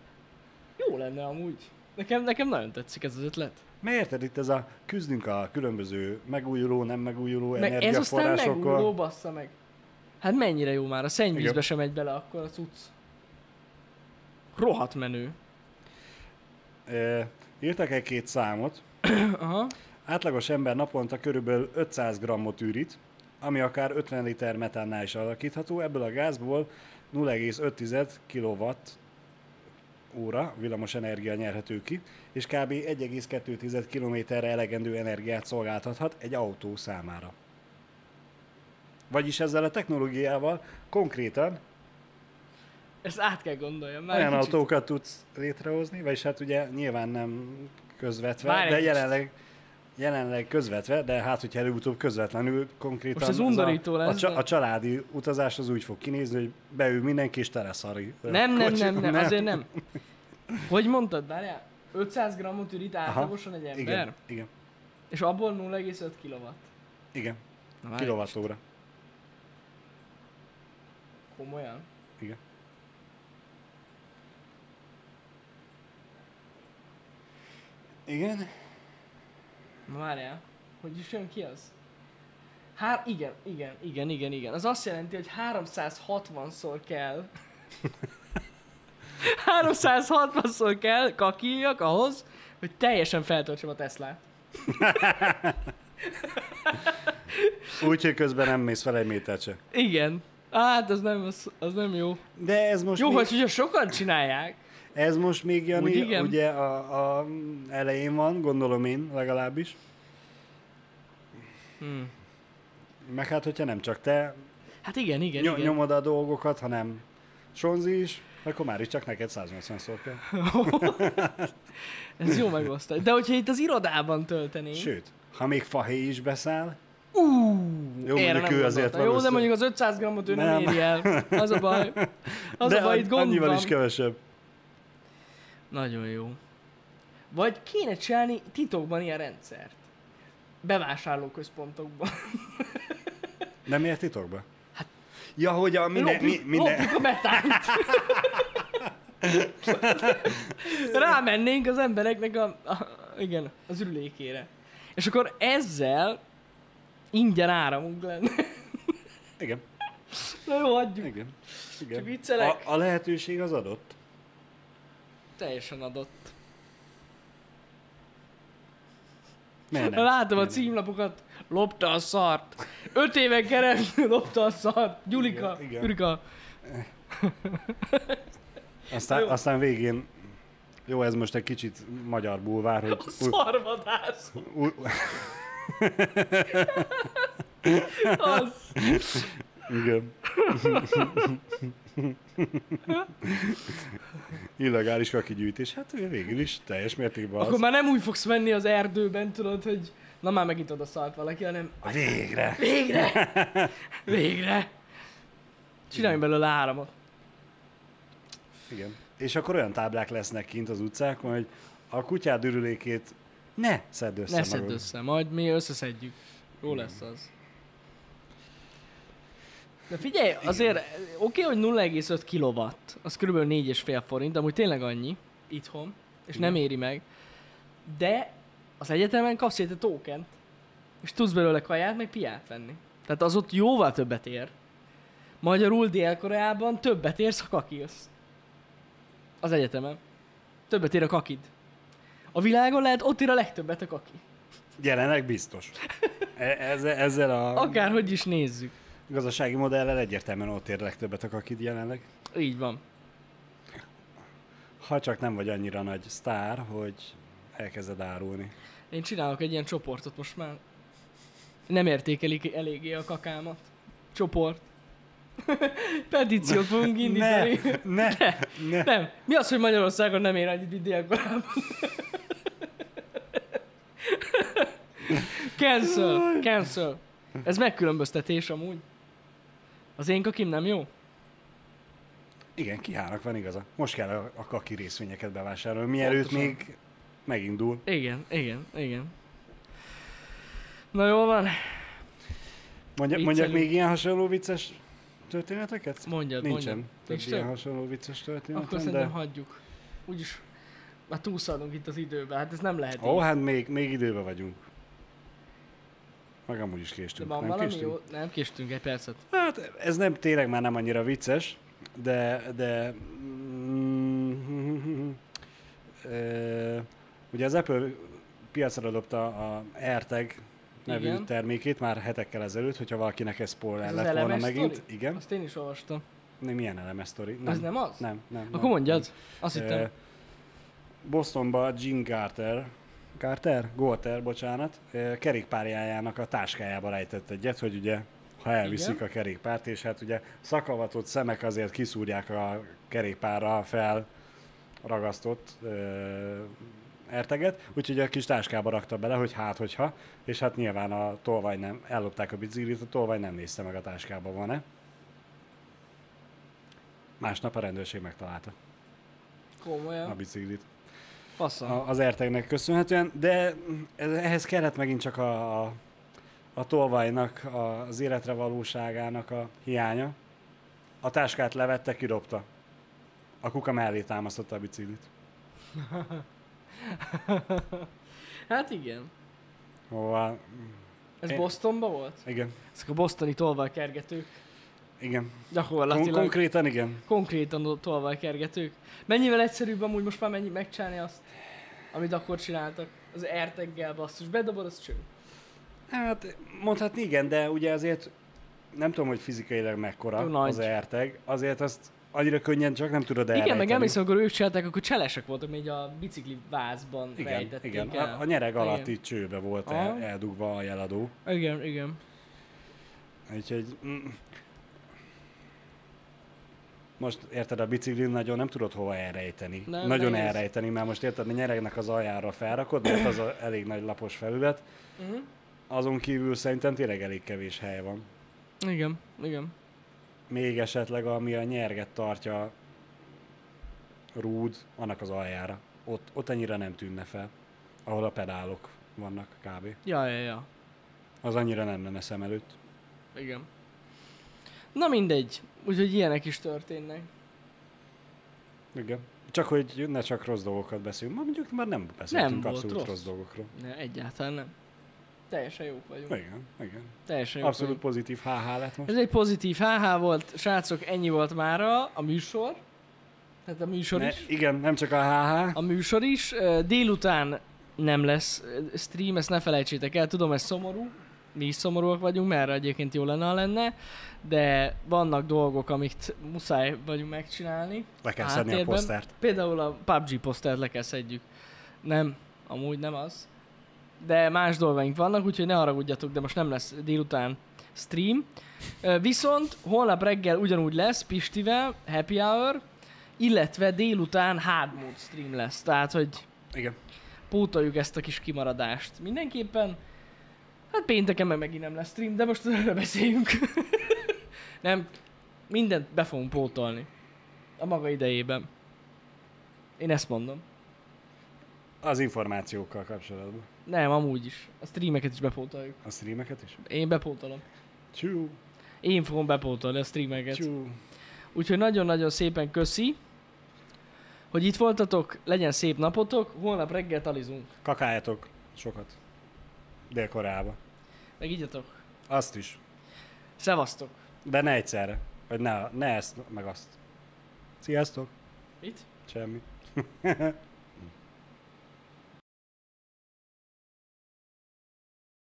Speaker 2: Jó lenne amúgy. Nekem, nekem nagyon tetszik ez az ötlet.
Speaker 1: Mert érted itt ez a küzdünk a különböző megújuló, nem megújuló
Speaker 2: Meg ez aztán
Speaker 1: energiaforrásokkal.
Speaker 2: megúró, bassza meg. Hát mennyire jó már, a szennyvízbe
Speaker 1: Igen.
Speaker 2: sem megy bele akkor a cucc. Rohadt menő.
Speaker 1: Ö, Írtak egy két számot.
Speaker 2: Aha.
Speaker 1: Átlagos ember naponta körülbelül 500 grammot űrít, ami akár 50 liter metánnál is alakítható. Ebből a gázból 0,5 kilowatt óra villamos energia nyerhető ki, és kb. 1,2 kilométerre elegendő energiát szolgáltathat egy autó számára. Vagyis ezzel a technológiával konkrétan
Speaker 2: Ezt át kell gondoljam. Már
Speaker 1: Olyan
Speaker 2: egy kicsit.
Speaker 1: autókat tudsz létrehozni, vagyis hát ugye nyilván nem közvetve,
Speaker 2: Várj egy
Speaker 1: de
Speaker 2: kicsit.
Speaker 1: jelenleg, jelenleg közvetve, de hát hogyha előbb-utóbb közvetlenül konkrétan
Speaker 2: Most ez
Speaker 1: a-
Speaker 2: undorító
Speaker 1: a,
Speaker 2: lesz,
Speaker 1: csa,
Speaker 2: de-
Speaker 1: a családi utazás az úgy fog kinézni, hogy beül mindenki és teleszari. a
Speaker 2: Nem, nem,
Speaker 1: kocsi.
Speaker 2: nem, nem, azért nem. Hogy mondtad, várjál? 500 grammot ürít átlagosan egy ember,
Speaker 1: Igen, igen,
Speaker 2: és abból 0,5 kilowatt.
Speaker 1: igen,
Speaker 2: Na, várj,
Speaker 1: kilovattóra.
Speaker 2: Komolyan?
Speaker 1: Igen. Igen,
Speaker 2: Na várjál, hogy is jön ki az? Hár... Igen, igen, igen, igen, igen. Az azt jelenti, hogy 360-szor kell... 360-szor kell kakiljak ahhoz, hogy teljesen feltöltsem a Teslát.
Speaker 1: úgyhogy közben nem mész fel egy métert se.
Speaker 2: Igen. Hát, az nem, az, az nem jó.
Speaker 1: De ez most
Speaker 2: jó,
Speaker 1: még...
Speaker 2: hogy hogyha sokan csinálják.
Speaker 1: Ez most még, Jani,
Speaker 2: Úgy igen?
Speaker 1: ugye a, a elején van, gondolom én legalábbis.
Speaker 2: Hmm.
Speaker 1: Meg hát, hogyha nem csak te
Speaker 2: Hát igen, igen,
Speaker 1: nyom,
Speaker 2: igen.
Speaker 1: nyomod a dolgokat, hanem Sonzi is, akkor már is csak neked 180 szor kell.
Speaker 2: Ez jó megosztás. De hogyha itt az irodában töltenénk...
Speaker 1: Sőt, ha még fahéj is beszáll,
Speaker 2: Ú,
Speaker 1: Jó,
Speaker 2: erre
Speaker 1: mondjuk
Speaker 2: nem
Speaker 1: ő azért
Speaker 2: gondoltam. Jó, de
Speaker 1: valószínű-
Speaker 2: mondjuk az 500 grammot ő nem,
Speaker 1: Nem.
Speaker 2: éri el. Az a baj. Az
Speaker 1: de
Speaker 2: a baj,
Speaker 1: an-
Speaker 2: itt gond
Speaker 1: annyival
Speaker 2: van.
Speaker 1: is kevesebb.
Speaker 2: Nagyon jó. Vagy kéne csinálni titokban ilyen rendszert. Bevásárlóközpontokban.
Speaker 1: Nem ért titokba?
Speaker 2: Hát-
Speaker 1: Ja, hogy a minden... Mi,
Speaker 2: Lopjuk-
Speaker 1: minden...
Speaker 2: lopjuk a metánt. Rámennénk az embereknek a, a, igen, az ürülékére. És akkor ezzel ingyen áramunk lenne.
Speaker 1: Igen,
Speaker 2: Na jó, hagyjuk.
Speaker 1: igen. igen.
Speaker 2: Csak viccelek.
Speaker 1: A, a lehetőség az adott.
Speaker 2: Teljesen adott.
Speaker 1: Miért nem?
Speaker 2: Látom a címlapokat, lopta a szart. Öt éven keresztül lopta a szart. Gyulika,
Speaker 1: Igen, igen.
Speaker 2: Gyurika.
Speaker 1: Aztán,
Speaker 2: Jó.
Speaker 1: aztán végén... Jó, ez most egy kicsit magyar bulvár, hogy...
Speaker 2: A szarvadász.
Speaker 1: Új,
Speaker 2: Az.
Speaker 1: Igen. Illegális kakigyűjtés. Hát ugye végül is teljes mértékben
Speaker 2: Akkor
Speaker 1: az.
Speaker 2: már nem úgy fogsz menni az erdőben, tudod, hogy na már megint oda szart valaki, hanem
Speaker 1: Végre!
Speaker 2: Végre! Végre! Csináljunk belőle áramot.
Speaker 1: Igen. És akkor olyan táblák lesznek kint az utcákon, hogy a kutyád ürülékét ne szedd össze
Speaker 2: Ne szedd
Speaker 1: magad. Hmm.
Speaker 2: össze, majd mi összeszedjük. Jó lesz az. De figyelj, azért oké, okay, hogy 0,5 kilowatt, az kb. 4,5 forint, amúgy tényleg annyi itthon, és nem éri meg. De az egyetemen kapsz egy tókent, és tudsz belőle kaját, meg piát venni. Tehát az ott jóval többet ér. Magyarul Dél-Koreában többet érsz, ha kakilsz. Az egyetemen. Többet ér a kakid. A világon lehet ott ér a legtöbbet a kaki.
Speaker 1: Jelenleg biztos. E- Ezzel, ezzel a
Speaker 2: Akárhogy is nézzük.
Speaker 1: gazdasági modellel egyértelműen ott ér legtöbbet a kakid jelenleg.
Speaker 2: Így van.
Speaker 1: Ha csak nem vagy annyira nagy sztár, hogy elkezded árulni.
Speaker 2: Én csinálok egy ilyen csoportot most már. Nem értékelik eléggé a kakámat. Csoport. Petíciót fogunk
Speaker 1: Ne,
Speaker 2: indítani.
Speaker 1: ne, ne.
Speaker 2: Nem. Mi az, hogy Magyarországon nem ér annyit, mint Dél-Koreában? Cancel. Cancel. Ez megkülönböztetés amúgy. Az én kakim nem jó?
Speaker 1: Igen, kihának van igaza. Most kell a, a kaki részvényeket bevásárolni, mielőtt
Speaker 2: Pontosan.
Speaker 1: még megindul.
Speaker 2: Igen, igen, igen. Na jól van,
Speaker 1: Mondja,
Speaker 2: Viccelünk.
Speaker 1: mondjak még ilyen hasonló vicces történeteket?
Speaker 2: mondjad,
Speaker 1: Nincsen
Speaker 2: mondjad.
Speaker 1: több
Speaker 2: Nincs
Speaker 1: ilyen
Speaker 2: több?
Speaker 1: hasonló vicces történetem,
Speaker 2: Akkor
Speaker 1: de...
Speaker 2: szerintem hagyjuk. Úgyis már túlszaladunk itt az időbe, hát ez nem lehet.
Speaker 1: Ó,
Speaker 2: így.
Speaker 1: hát még, még időben vagyunk. Meg amúgy is
Speaker 2: De
Speaker 1: késtünk.
Speaker 2: van
Speaker 1: nem
Speaker 2: valami
Speaker 1: késtünk?
Speaker 2: jó? Nem késtünk egy percet.
Speaker 1: Hát ez nem tényleg már nem annyira vicces, de, de mm, ö, ugye az Apple piacra dobta a AirTag nevű
Speaker 2: Igen.
Speaker 1: igen. termékét már hetekkel ezelőtt, hogyha valakinek ez spoiler
Speaker 2: Ez az
Speaker 1: lett volna
Speaker 2: elemes
Speaker 1: megint.
Speaker 2: sztori?
Speaker 1: Igen.
Speaker 2: Azt én is olvastam.
Speaker 1: Nem, milyen elemes sztori? Nem.
Speaker 2: Az nem az?
Speaker 1: Nem, nem.
Speaker 2: Akkor
Speaker 1: nem,
Speaker 2: mondjad. Azt
Speaker 1: nem.
Speaker 2: hittem.
Speaker 1: Ö, Bostonban Gene Carter, Carter? Golter, bocsánat, ö, kerékpárjájának a táskájába rejtett egyet, hogy ugye ha elviszik
Speaker 2: Igen.
Speaker 1: a kerékpárt, és hát ugye szakavatott szemek azért kiszúrják a kerékpárra fel ragasztott ö, erteget, úgyhogy a kis táskába rakta bele, hogy hát hogyha, és hát nyilván a tolvaj nem, ellopták a biciklit, a tolvaj nem nézte meg a táskában van-e. Másnap a rendőrség megtalálta a
Speaker 2: Komolyan.
Speaker 1: biciklit
Speaker 2: Faszom.
Speaker 1: a- az ertegnek köszönhetően, de ez- ehhez kellett megint csak a, a, a tolvajnak, a- az életre valóságának a hiánya. A táskát levette, kidobta. A kuka mellé támasztotta a biciklit.
Speaker 2: Hát igen.
Speaker 1: Hova?
Speaker 2: Ez
Speaker 1: Én-
Speaker 2: Bostonban volt?
Speaker 1: Igen,
Speaker 2: Ezek a bostoni tolvajkergetők.
Speaker 1: igen. Kon-
Speaker 2: Gyakorlatilag.
Speaker 1: konkrétan igen.
Speaker 2: Konkrétan tolvajkergetők. Mennyivel egyszerűbb amúgy most már mennyi megcsinálni azt, amit akkor csináltak. Az erteggel basszus. Bedobod, az cső.
Speaker 1: Hát mondhatni igen, de ugye azért nem tudom, hogy fizikailag mekkora
Speaker 2: Jó, nagy.
Speaker 1: az erteg, azért azt annyira könnyen csak nem tudod elrejteni.
Speaker 2: Igen, meg emlékszem, amikor ők csinálták, akkor cselesek voltak, még a bicikli vázban
Speaker 1: igen,
Speaker 2: rejtették
Speaker 1: igen. Hát,
Speaker 2: el.
Speaker 1: A, a nyereg
Speaker 2: Igen.
Speaker 1: alatti csőbe volt el,
Speaker 2: Aha.
Speaker 1: eldugva a jeladó.
Speaker 2: Igen, igen.
Speaker 1: Úgyhogy... mm. Most érted, a biciklin nagyon nem tudod hova elrejteni.
Speaker 2: Nem,
Speaker 1: Nem, nagyon
Speaker 2: nehéz.
Speaker 1: elrejteni, mert most érted, a nyeregnek az aljára felrakod, mert az a elég nagy lapos felület.
Speaker 2: Uh-huh.
Speaker 1: Azon kívül szerintem tényleg elég kevés hely van.
Speaker 2: Igen, igen.
Speaker 1: Még esetleg, ami a nyerget tartja rúd, annak az aljára. Ott, ott annyira nem tűnne fel, ahol a pedálok vannak kb.
Speaker 2: Ja, ja, ja.
Speaker 1: Az annyira nem lenne szem előtt.
Speaker 2: Igen. Na mindegy. Úgyhogy ilyenek is történnek.
Speaker 1: Igen. Csak hogy ne csak rossz dolgokat beszéljünk. Ma mondjuk már nem beszéltünk
Speaker 2: volt
Speaker 1: abszolút
Speaker 2: rossz.
Speaker 1: rossz. rossz dolgokról.
Speaker 2: Ne, egyáltalán nem. Teljesen jók vagyunk.
Speaker 1: Igen, igen.
Speaker 2: Teljesen jók
Speaker 1: Abszolút
Speaker 2: vagyunk.
Speaker 1: pozitív HH lett most.
Speaker 2: Ez egy pozitív HH volt, srácok, ennyi volt mára a műsor. Tehát a műsor
Speaker 1: Ne,
Speaker 2: is.
Speaker 1: igen, nem csak a HH.
Speaker 2: A műsor is. Ö, Délután nem lesz ö, stream, ezt ne felejtsétek el. Tudom, ez szomorú. Mi is szomorúak vagyunk, mert erre egyébként jó lenne, ha lenne. De vannak dolgok, amit muszáj vagyunk megcsinálni.
Speaker 1: Le kell szedni a
Speaker 2: háttérben.
Speaker 1: posztert.
Speaker 2: Például a PUBG posztert le kell szedjük. Nem, amúgy nem az. De más dolgaink vannak, úgyhogy ne haragudjatok, de most nem lesz délután stream. Ö, Viszont holnap reggel ugyanúgy lesz Pistivel, happy hour, illetve délután hard mode stream lesz. Tehát, hogy
Speaker 1: Igen.
Speaker 2: pótoljuk ezt a kis kimaradást. Mindenképpen, hát pénteken meg megint nem lesz stream, de most erről beszéljünk. nem, Mindent be fogunk pótolni. A maga idejében. Én ezt mondom.
Speaker 1: Az információkkal kapcsolatban.
Speaker 2: Nem, amúgy is. A streameket is bepótoljuk.
Speaker 1: A streameket is?
Speaker 2: Én bepótolom.
Speaker 1: Csú,
Speaker 2: Én fogom bepótolni a streameket.
Speaker 1: csú.
Speaker 2: Úgyhogy nagyon-nagyon szépen köszi, hogy itt voltatok, legyen szép napotok, holnap reggel talizunk.
Speaker 1: Kakáljatok sokat. Dél-Koreába.
Speaker 2: Meg igyatok.
Speaker 1: Azt is.
Speaker 2: Szevasztok.
Speaker 1: De ne egyszerre. Hogy ne, ne ezt, meg azt. Sziasztok.
Speaker 2: Mit?
Speaker 1: Semmi.